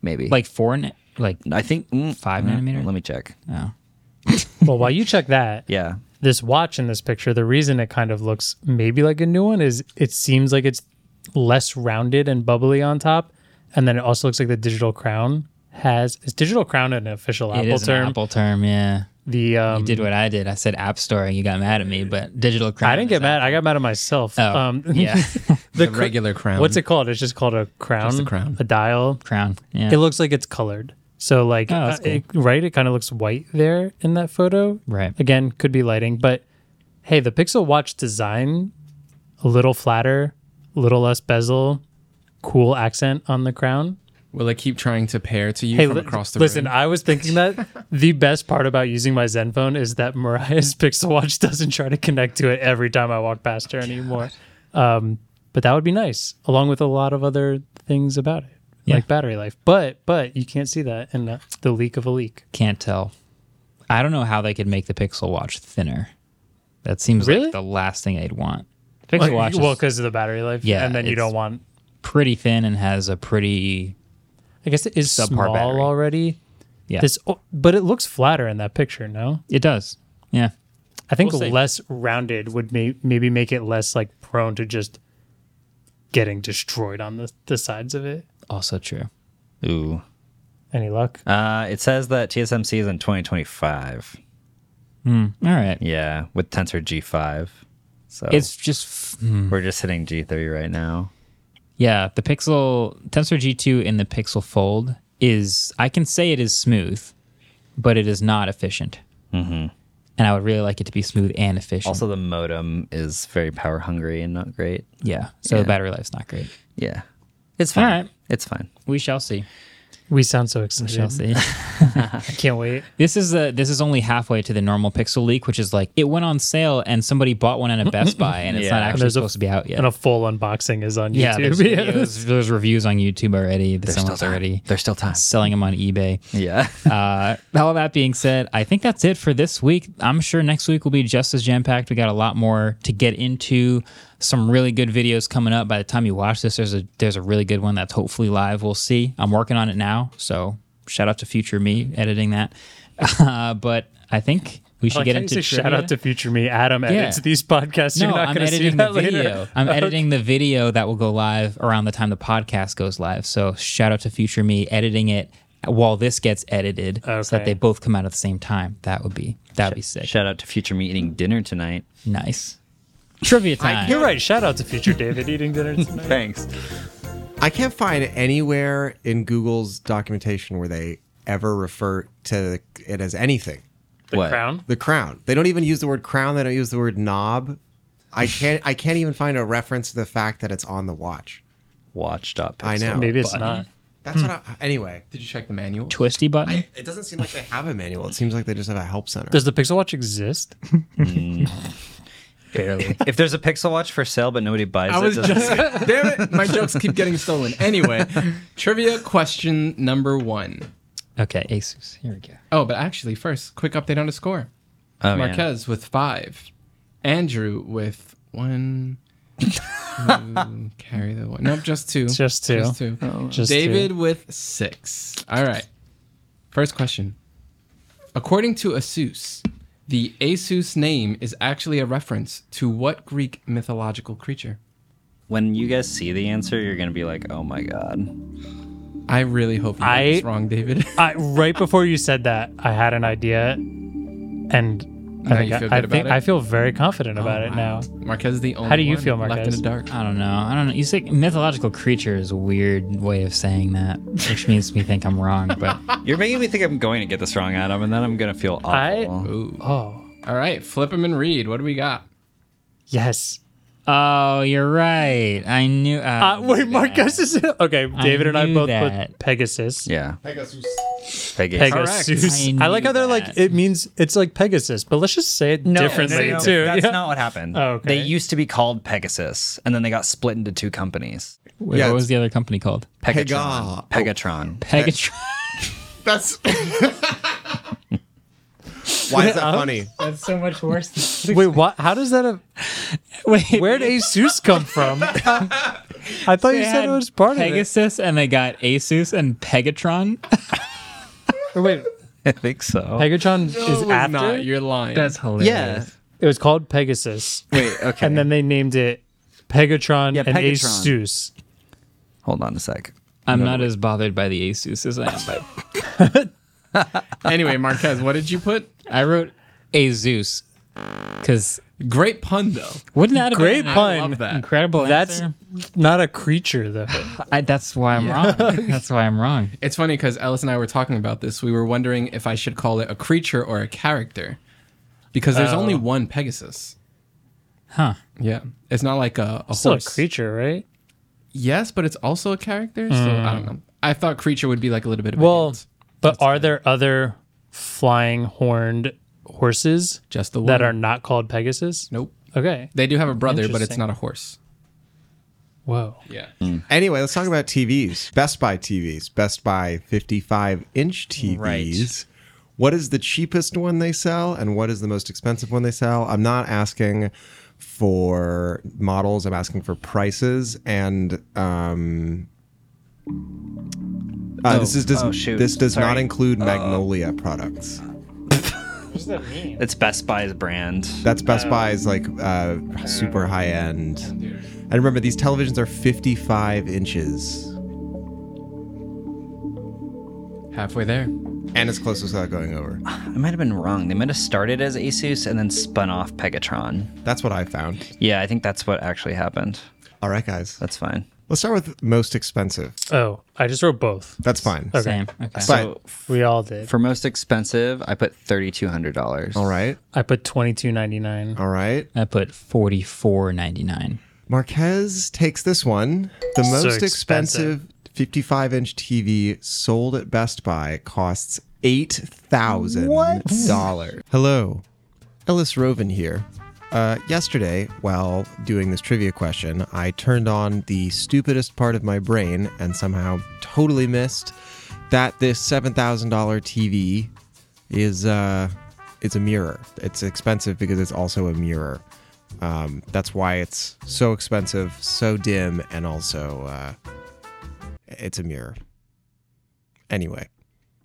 S8: maybe
S1: Like, four, na- like,
S8: I think mm,
S1: five
S8: mm,
S1: nanometer?
S8: Let me check.
S3: Well, while you check that,
S8: Yeah,
S3: this watch in this picture, the reason it kind of looks maybe like a new one is it seems like it's less rounded and bubbly on top, and then it also looks like the digital crown has is digital crown an official
S1: it
S3: Apple
S1: is
S3: term?
S1: an Apple term. Yeah.
S3: The um,
S1: You did what I did. I said App Store and you got mad at me, but Digital Crown.
S3: I didn't
S1: is
S3: get mad. Um,
S1: Apple.
S3: I got mad at myself.
S1: Oh, yeah.
S6: The, regular crown.
S3: What's it called? It's just called a crown.
S6: a crown.
S3: A dial.
S1: Crown. Yeah.
S3: It looks like it's colored. So like,
S1: Oh, that's
S3: uh, it- right? It kind of looks white there in that photo.
S1: Right.
S3: Again, could be lighting, but hey, the Pixel Watch design, a little flatter, a little less bezel, cool accent on the crown.
S6: Will it keep trying to pair to you
S3: Hey,
S6: from
S3: li-
S6: across the
S3: listen,
S6: room?
S3: I was thinking that the best part about using my Zen phone is that Mariah's Pixel Watch doesn't try to connect to it every time I walk past her anymore. Um, but that would be nice, along with a lot of other things about it, like battery life. But but you can't see that in the, the leak of a leak.
S1: Can't tell. I don't know how they could make the Pixel Watch thinner. That seems
S3: Really?
S1: like the last thing I'd want. Pixel
S3: Like,
S1: Watch
S3: well,
S1: is
S3: because of the battery life.
S1: Yeah,
S3: and then you
S1: it's-
S3: don't want.
S1: pretty thin and has a pretty
S3: I guess it is
S1: subpar
S3: small
S1: battery.
S3: already.
S1: yeah.
S3: This, oh, but it looks flatter in that picture. No,
S1: it does. Yeah.
S3: I think
S1: We'll see.
S3: less rounded would may- maybe make it less like prone to just getting destroyed on the, the sides of it.
S1: Also true.
S8: Ooh.
S3: Any luck?
S8: Uh, it says that TSMC is in 2025.
S1: All right.
S8: Yeah, with Tensor G5. So
S1: It's just f-
S8: we're just hitting G3 right now.
S1: yeah. The Pixel Tensor G2 in the Pixel Fold is I can say it is smooth, but it is not efficient. Mm-hmm. And I would really like it to be smooth and efficient.
S8: Also, the modem is very power hungry and not great.
S1: yeah. So the battery life's not great.
S8: Yeah, it's fine.
S1: All right.
S8: It's fine.
S1: We shall see.
S3: We sound so
S1: We shall
S3: excited.
S1: see.
S3: I can't wait.
S1: This is the this is only halfway to the normal Pixel leak, which is like it went on sale and somebody bought one at a Best Buy and it's
S8: Yeah.
S1: not
S8: And
S1: actually
S3: there's a-
S1: supposed to be out yet.
S3: And a full unboxing is on
S1: yeah, there's,
S3: YouTube.
S1: videos- there's reviews on YouTube already. The someone's already
S8: There's still time.
S1: selling them on eBay.
S8: Yeah.
S1: Uh, all that being said, I think that's it for this week. I'm sure next week will be just as jam packed. We got a lot more to get into. Some really good videos coming up. By the time you watch this, there's a there's a really good one that's hopefully live. We'll see. I'm working on it now, so shout out to future me editing that. Uh, but I think we should
S3: Like,
S1: get
S3: how you
S1: into
S3: say shout
S1: trivia.
S3: out to future me. Adam edits these podcasts.
S1: No,
S3: You're not
S1: I'm
S3: going to see
S1: editing
S3: that
S1: the video.
S3: later.
S1: I'm editing the video that will go live around the time the podcast goes live. So shout out to future me editing it while this gets edited, so that
S3: Okay.
S1: they both come out at the same time. That would be that would be sick.
S8: Shout out to Future Me eating dinner tonight.
S1: nice trivia time.
S3: You're right. Shout out to future David eating dinner tonight.
S8: Thanks.
S5: I can't find anywhere in Google's documentation where they ever refer to it as anything.
S3: The crown?
S5: The crown. They don't even use the word crown. They don't use the word knob. I can't. I can't even find a reference to the fact that it's on the watch.
S8: Watch up.
S5: I know.
S3: Maybe it's
S5: but-
S3: not.
S5: That's what. I, anyway,
S6: Hmm. Did you check the manual?
S1: Twisty button.
S5: I, it doesn't seem like they have a manual. It seems like they just have a help center.
S3: Does the Pixel Watch exist?
S8: Barely.
S4: If there's a Pixel Watch for sale but nobody buys
S6: I
S4: it,
S6: was
S4: does it-
S6: just damn it. My jokes keep getting stolen. Anyway, trivia question number one.
S1: Okay, Asus. Here we go.
S6: Oh, but actually, first, quick update on the score.
S8: Oh, man.
S6: Marquez with five, Andrew with one. two, carry the one. Nope, just two.
S3: Just two. Oh,
S6: Just two.
S3: Just
S6: David
S3: to-
S6: with six. All right. First question. According to Asus, the Asus name is actually a reference to what Greek mythological creature?
S8: when you guys see the answer, you're gonna be like, "Oh my god!"
S6: I really hope you got
S3: I-
S6: this wrong, David.
S3: I, right before you said that, I had an idea, and
S6: Now
S3: I think
S6: you feel
S3: I, I
S6: good about
S3: think
S6: it?
S3: I feel very confident about
S6: Oh,
S3: it
S6: wow.
S3: now.
S6: Marquez is the only
S3: Uh, How do you
S6: one
S3: feel,
S6: left in
S3: Marquez?
S6: the dark.
S1: I don't know. I don't know. You say mythological creature is a weird way of saying that, which makes me think I'm wrong. But
S8: You're making me think I'm going to get this wrong, Adam, and then I'm gonna feel awful.
S3: I-
S6: Ooh.
S3: Oh
S6: All right, flip him and read. What do we got?
S3: yes.
S1: oh, you're right. I knew.
S3: Uh, wait, Marcus is okay. David and I
S1: knew
S3: both
S1: that.
S3: put Pegasus.
S8: yeah, Pegasus.
S3: Pegasus.
S1: Correct. I
S3: I, like how they're
S1: knew
S3: like
S1: that.
S3: it means it's like Pegasus, but let's just say it differently
S8: no, no,
S3: too.
S8: That's
S3: Yeah.
S8: not what happened.
S3: Oh, okay.
S8: They used to be called Pegasus, and then they got split into two companies.
S1: Wait,
S5: Yeah,
S1: what was the other company called?
S8: Pegatron.
S5: Pega.
S8: Pegatron.
S1: Pegatron.
S5: That's. Why is that funny?
S1: That's so much worse.
S3: Wait, what? How does that? Have,
S1: Wait,
S3: where did Asus come from? I thought Oh, you
S1: they
S3: said
S1: had
S3: it was part
S1: Pegasus, and they got Asus and Pegatron.
S3: of it. Or wait,
S8: I think so.
S3: Pegatron is
S6: It was
S3: after.
S6: not. You're lying.
S1: hilarious.
S8: yeah.
S3: It was called Pegasus,
S8: Wait. Okay.
S3: and then they named it Pegatron
S8: Yeah,
S3: and
S8: Pegatron.
S3: Asus.
S8: hold on a sec.
S1: I'm not as bothered by the Asus as I am by.
S6: anyway, Marquez, what did you put?
S1: I wrote Asus because
S6: Great pun though.
S1: wouldn't that have
S3: Great
S1: been an
S3: pun.
S1: love that. incredible?
S3: That's
S1: answer?
S3: not a creature though.
S1: I, that's why I'm wrong. That's why I'm wrong.
S6: It's funny because Ellis and I were talking about this. We were wondering if I should call it a creature or a character, because there's
S3: Oh.
S6: only one Pegasus.
S1: Huh.
S6: Yeah, it's not like a, a
S3: Still a
S6: horse.
S3: creature, right?
S6: Yes, but it's also a character. So I don't know. I thought creature would be like a little bit of a
S3: Hmm. Well,
S6: hint.
S3: but are there other flying horned horses
S6: Just the one.
S3: that are not called Pegasus?
S6: nope.
S3: Okay.
S6: They do have a brother, but it's
S3: Interesting.
S6: not a horse.
S3: Whoa.
S6: Yeah.
S5: Anyway, let's talk about TVs. Best Buy TVs. Best Buy 55 inch TVs. What is the cheapest one they sell and what is the most expensive one they sell? I'm not asking for models, I'm asking for prices. And um, uh, this, is, does,
S8: Oh, shoot.
S5: this does not
S8: Sorry.
S5: include Magnolia products.
S8: It's Best Buy's brand.
S5: That's
S8: Oh.
S5: Best Buy's like uh, super high end. And remember, these televisions are 55 inches.
S6: Halfway there.
S5: And as close as without going over.
S8: I might have been wrong. They might have started as Asus and then spun off Pegatron.
S5: That's what I found.
S8: Yeah, I think that's what actually happened.
S5: All right, guys.
S8: That's fine.
S5: Let's start with most expensive.
S3: Oh, I just wrote both.
S5: That's fine.
S3: Okay.
S1: Same. Okay.
S5: But
S3: We all did.
S8: For most expensive, I put thirty two hundred dollars.
S5: all right,
S3: I put twenty two ninety nine.
S5: all right.
S1: I put forty four ninety nine.
S5: Marquez takes this one. The
S3: So
S5: most
S3: expensive.
S5: expensive 55 inch TV sold at Best Buy costs eight thousand dollars. Hello, Ellis Roven here. Uh, yesterday, while doing this trivia question, I turned on the stupidest part of my brain and somehow totally missed that this seven thousand dollar TV is uh, it's a mirror. It's expensive because it's also a mirror. Um, that's why it's so expensive, so dim, and also uh, it's a mirror. Anyway,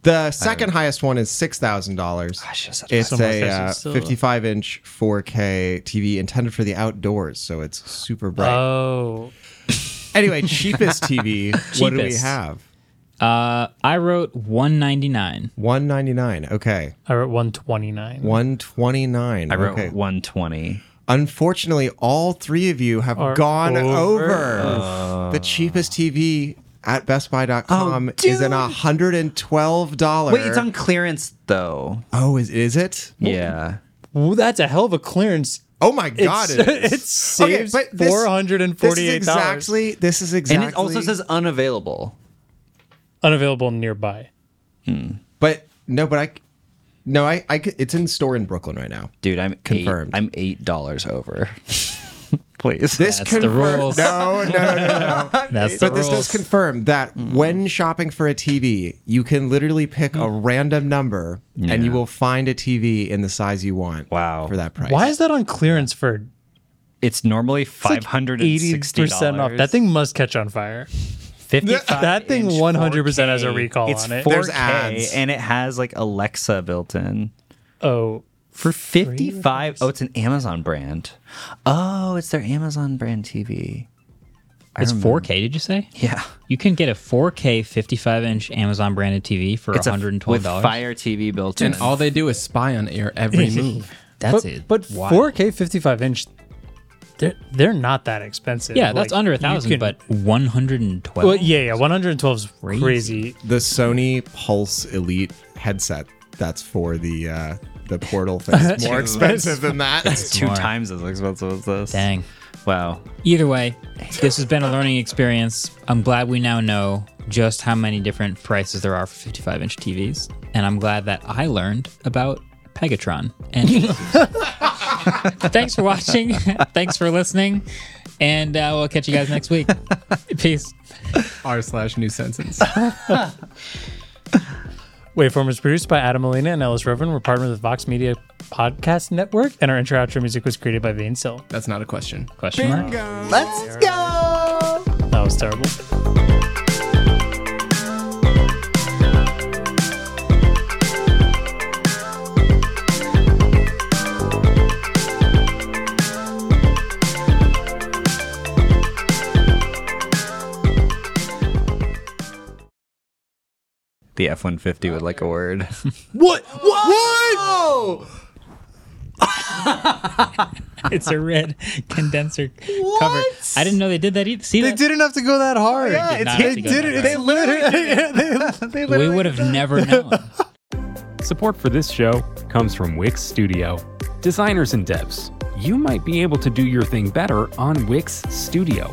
S5: the second highest one is six thousand dollars.
S8: I should have said
S5: It's
S3: Some
S5: a
S3: references
S5: uh,
S3: still-
S5: 55 inch 4K TV intended for the outdoors, so it's super bright.
S3: Oh.
S5: anyway, cheapest TV. What do we
S1: Cheapest.
S5: have?
S1: Uh, I wrote one ninety nine.
S5: 199. Okay,
S3: I wrote one twenty nine.
S5: 129.
S8: I wrote
S5: okay.
S8: one twenty.
S5: Unfortunately, all three of you have
S3: Are
S5: gone
S3: over.
S4: Uh.
S5: over, the cheapest TV at bestbuy.com is an $112.
S4: Oh, Wait, it's on clearance though.
S5: Oh, is is it?
S4: Yeah.
S3: Ooh, that's a hell of a clearance.
S5: Oh my god,
S3: It's-
S5: it is.
S3: it saves
S5: but this- This is
S3: $448.
S5: exactly. This is exactly.
S4: And it also says unavailable.
S3: Unavailable nearby.
S5: But no, but I. No, I, I. c- It's in store in Brooklyn right now.
S4: Dude, I'm
S5: Confirmed.
S4: Eight, I'm eight dollars over. Please.
S5: This
S1: That's the
S5: confirm-
S1: rules.
S5: No, no, no, no. no.
S1: That's the
S5: but this does
S1: rules. Mm-hmm.
S5: confirm that when shopping for a TV, you can literally pick a
S1: Mm-hmm.
S5: random number and you will find a TV in the size you want.
S4: Wow.
S5: For that price.
S3: Why is that on clearance for
S4: It's normally
S3: like
S4: five hundred and sixty
S3: percent off? That thing must catch on fire. that thing 100% has a recall
S4: it's
S3: on it.
S4: 4K,
S5: There's ads.
S4: and it has like Alexa built in.
S3: Oh,
S4: For 55 Oh, it's an Amazon brand. Oh, it's their Amazon brand TV.
S1: It's 4K, did you say?
S4: Yeah.
S1: You can get a 4K 55 inch Amazon branded TV for
S4: It's a-
S1: $112.
S4: with Fire TV built in.
S6: And all they do is spy on your every move.
S3: but,
S1: That's it.
S3: But
S1: Wow.
S3: 4K 55 inch, they're they're not that expensive.
S1: Yeah, that's
S3: Like,
S1: under a
S3: you
S1: thousand,
S3: can-
S1: but 112.
S3: well, yeah, yeah, 112 is
S1: Crazy.
S3: crazy.
S5: the Sony Pulse Elite headset that's for the uh, the portal thing? It's more expensive than that.
S4: two
S1: Smart.
S4: times as expensive as this.
S1: Dang.
S4: Wow.
S1: Either way, this has been a learning experience. I'm glad we now know just how many different prices there are for 55 inch TVs. And I'm glad that I learned about Pegatron. And thanks for watching. thanks for listening. And uh, we'll catch you guys next week. Peace.
S6: R slash new sentence.
S3: Waveform is produced by Adam Molina and Ellis Rovin. We're partnered with Vox Media Podcast Network, and our intro outro music was created by Vane Sill.
S6: That's not a question.
S1: Question mark?
S4: Let's go.
S3: That was terrible.
S4: The F 150 would like a word.
S5: what? What?
S1: It's a red condenser cover. I didn't know they did that either. See, that?
S3: didn't have to go that hard.
S1: They did not have to go that route. we would have never known.
S12: Support for this show comes from Wix Studio. Designers and devs, you might be able to do your thing better on Wix Studio,